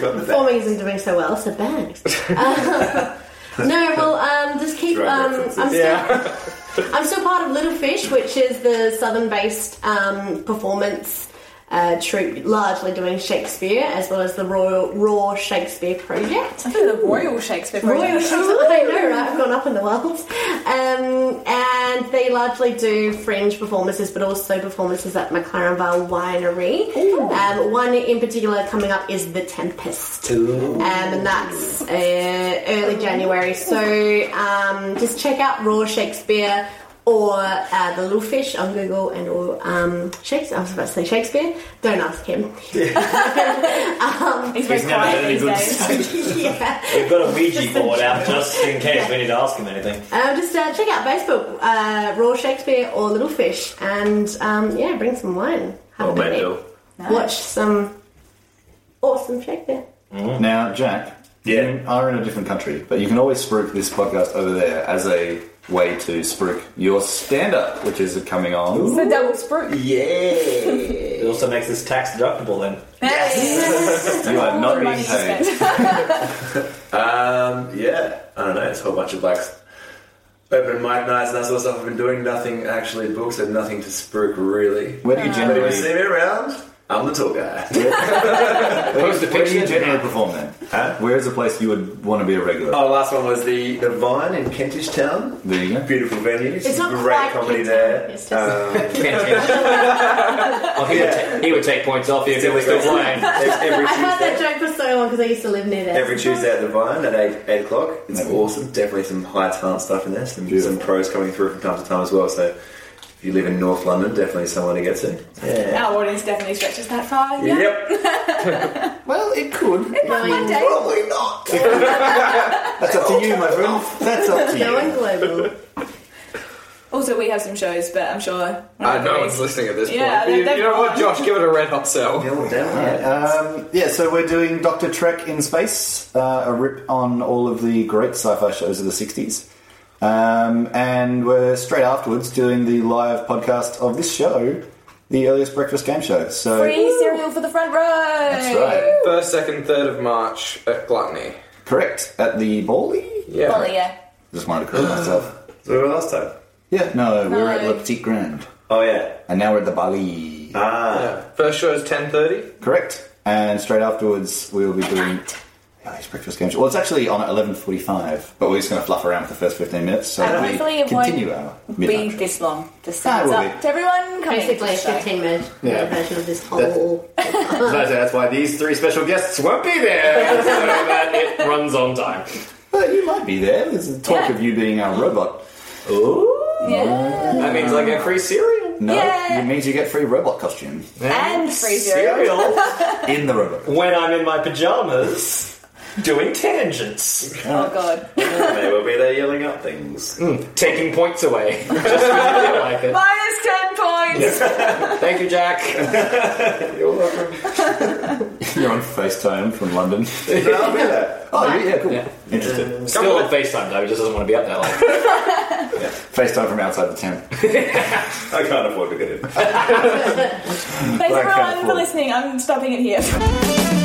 [SPEAKER 5] Performing isn't doing so well, so bags. Um, no, well, um, just keep.
[SPEAKER 7] Drug
[SPEAKER 5] Um, I'm
[SPEAKER 7] references.
[SPEAKER 5] still, I'm still part of Little Fish, which is the southern-based um, performance uh, troupe, largely doing Shakespeare as well as the Royal Raw Shakespeare Project.
[SPEAKER 1] I think the Royal Shakespeare.
[SPEAKER 5] Royal
[SPEAKER 1] Project.
[SPEAKER 5] Shakespeare, I know, right? I've gone up in the world. Um, and they largely do fringe performances, but also performances at McLaren Bar Winery. Um, one in particular coming up is The Tempest. Um, and that's uh, early January. So um, just check out Raw Shakespeare or uh, The Little Fish on Google and or um, Shakespeare. I was about to say Shakespeare. Don't ask him.
[SPEAKER 1] He's very
[SPEAKER 7] He's never had
[SPEAKER 1] quiet
[SPEAKER 7] any
[SPEAKER 1] these
[SPEAKER 7] good
[SPEAKER 1] days.
[SPEAKER 5] yeah.
[SPEAKER 6] We've got a Ouija board out just in case we need to ask him anything.
[SPEAKER 5] Uh, just uh, check out Facebook, uh, Raw Shakespeare or Little Fish, and um, yeah, bring some wine. Have
[SPEAKER 7] Oh,
[SPEAKER 5] a
[SPEAKER 7] mate,
[SPEAKER 5] picnic.
[SPEAKER 7] Bill.
[SPEAKER 5] Watch some awesome Shakespeare.
[SPEAKER 3] Now, Jack,
[SPEAKER 7] Oh. Yeah.
[SPEAKER 3] you are in a different country, but you can always spruik this podcast over there as a way to spruik your stand up, which is coming on.
[SPEAKER 1] It's a double spruik.
[SPEAKER 3] Yeah.
[SPEAKER 6] It also makes this tax deductible then.
[SPEAKER 3] you are
[SPEAKER 1] All
[SPEAKER 3] not
[SPEAKER 1] the
[SPEAKER 3] being
[SPEAKER 1] money
[SPEAKER 3] paid.
[SPEAKER 1] spent.
[SPEAKER 7] Um, yeah, I don't know. It's a whole bunch of like open mic nights and that sort of stuff. I've been doing nothing actually. Books and nothing to spruik really.
[SPEAKER 3] Where
[SPEAKER 1] Uh,
[SPEAKER 3] do you
[SPEAKER 7] But if you see
[SPEAKER 3] generally,
[SPEAKER 7] me around, I'm the tall guy.
[SPEAKER 3] where do you generally perform then? Where is a place you would want to be a regular?
[SPEAKER 7] Our last one was Oh, the the Vine in Kentish Town.
[SPEAKER 3] There you go.
[SPEAKER 7] Beautiful venue.
[SPEAKER 5] It's not
[SPEAKER 7] great
[SPEAKER 5] quite
[SPEAKER 7] comedy
[SPEAKER 5] Kentish
[SPEAKER 7] there.
[SPEAKER 5] Town, it's just-
[SPEAKER 7] Um,
[SPEAKER 2] well, he, would ta- he would take points off you if he was still playing.
[SPEAKER 7] every
[SPEAKER 5] I've had
[SPEAKER 7] Tuesday.
[SPEAKER 5] that joke for so long because I used to live near there.
[SPEAKER 7] Every Tuesday at the Vine at eight eight o'clock. It's awesome. Definitely some high talent stuff in there. Some
[SPEAKER 3] Beautiful.
[SPEAKER 7] some pros coming through from time to time as well. So if you live in North London, definitely someone to get to. Yeah.
[SPEAKER 1] Our audience definitely stretches that far. Yeah.
[SPEAKER 7] Yep. well, it could.
[SPEAKER 1] One day.
[SPEAKER 7] Probably not.
[SPEAKER 3] That's up to you, my friend. That's up to
[SPEAKER 5] Going
[SPEAKER 3] you.
[SPEAKER 5] global.
[SPEAKER 1] Also, we have some shows, but I'm sure.
[SPEAKER 4] I know Uh, one's listening at this
[SPEAKER 1] Yeah,
[SPEAKER 4] point. You,
[SPEAKER 1] they've-
[SPEAKER 4] you know what, Josh? Give it a red hot sell.
[SPEAKER 7] Yeah, well, damn it.
[SPEAKER 3] Um, yeah, so we're doing Doctor Trek in Space, uh, a rip on all of the great sci fi shows of the 60s. Um, and we're straight afterwards doing the live podcast of this show, the earliest breakfast game show. So
[SPEAKER 1] Free cereal for the front row.
[SPEAKER 3] That's right.
[SPEAKER 4] First, second, third of March at Gluttony.
[SPEAKER 3] Correct. At the Bally?
[SPEAKER 4] Yeah.
[SPEAKER 1] Well, yeah.
[SPEAKER 3] Just wanted to correct myself.
[SPEAKER 7] So we were last time.
[SPEAKER 3] Yeah, no, we were at
[SPEAKER 1] No.
[SPEAKER 3] Le Petit Grand.
[SPEAKER 7] Oh yeah.
[SPEAKER 3] And now we're at the Bali.
[SPEAKER 7] Ah.
[SPEAKER 4] Yeah. First show is ten thirty.
[SPEAKER 3] Correct. And straight afterwards, we'll be doing Ali's breakfast game show. Well, it's actually on at eleven forty-five, but we're just going to fluff around for the first fifteen minutes. So
[SPEAKER 1] And
[SPEAKER 3] we
[SPEAKER 1] hopefully it
[SPEAKER 3] continue
[SPEAKER 1] won't
[SPEAKER 3] our
[SPEAKER 1] Be
[SPEAKER 3] midnight.
[SPEAKER 1] this long. Just
[SPEAKER 3] Ah, it
[SPEAKER 1] heads
[SPEAKER 3] will
[SPEAKER 1] up
[SPEAKER 3] be.
[SPEAKER 1] to everyone coming.
[SPEAKER 5] Basically, a
[SPEAKER 1] to the show.
[SPEAKER 5] 15 minute
[SPEAKER 3] Yeah.
[SPEAKER 5] version of this whole.
[SPEAKER 7] So that's why these three special guests won't be there.
[SPEAKER 6] So that it runs on time.
[SPEAKER 3] But you might be there. There's talk
[SPEAKER 1] Yeah.
[SPEAKER 3] of you being our robot.
[SPEAKER 1] Yeah.
[SPEAKER 2] That means I get free cereal.
[SPEAKER 3] No,
[SPEAKER 1] Yeah.
[SPEAKER 3] it means you get free robot costume
[SPEAKER 1] And free cereal.
[SPEAKER 6] Cereal
[SPEAKER 3] in the robot.
[SPEAKER 6] when I'm in my pajamas doing tangents.
[SPEAKER 1] Oh god.
[SPEAKER 7] Maybe we'll be there yelling out things.
[SPEAKER 6] Taking points away. Just when you feel like it.
[SPEAKER 1] Minus ten points.
[SPEAKER 6] Thank you, Jack.
[SPEAKER 7] You're welcome.
[SPEAKER 3] You're on FaceTime from London.
[SPEAKER 7] No, I'll be there.
[SPEAKER 3] oh, yeah, cool.
[SPEAKER 6] Yeah.
[SPEAKER 3] Interested.
[SPEAKER 6] Still on FaceTime though, he just doesn't want to be up that late.
[SPEAKER 1] Uh,
[SPEAKER 3] FaceTime from outside the town.
[SPEAKER 7] I can't afford to get in.
[SPEAKER 1] Thanks
[SPEAKER 3] Black
[SPEAKER 1] everyone
[SPEAKER 3] Cat
[SPEAKER 1] for
[SPEAKER 3] Fall.
[SPEAKER 1] listening. I'm stopping it here.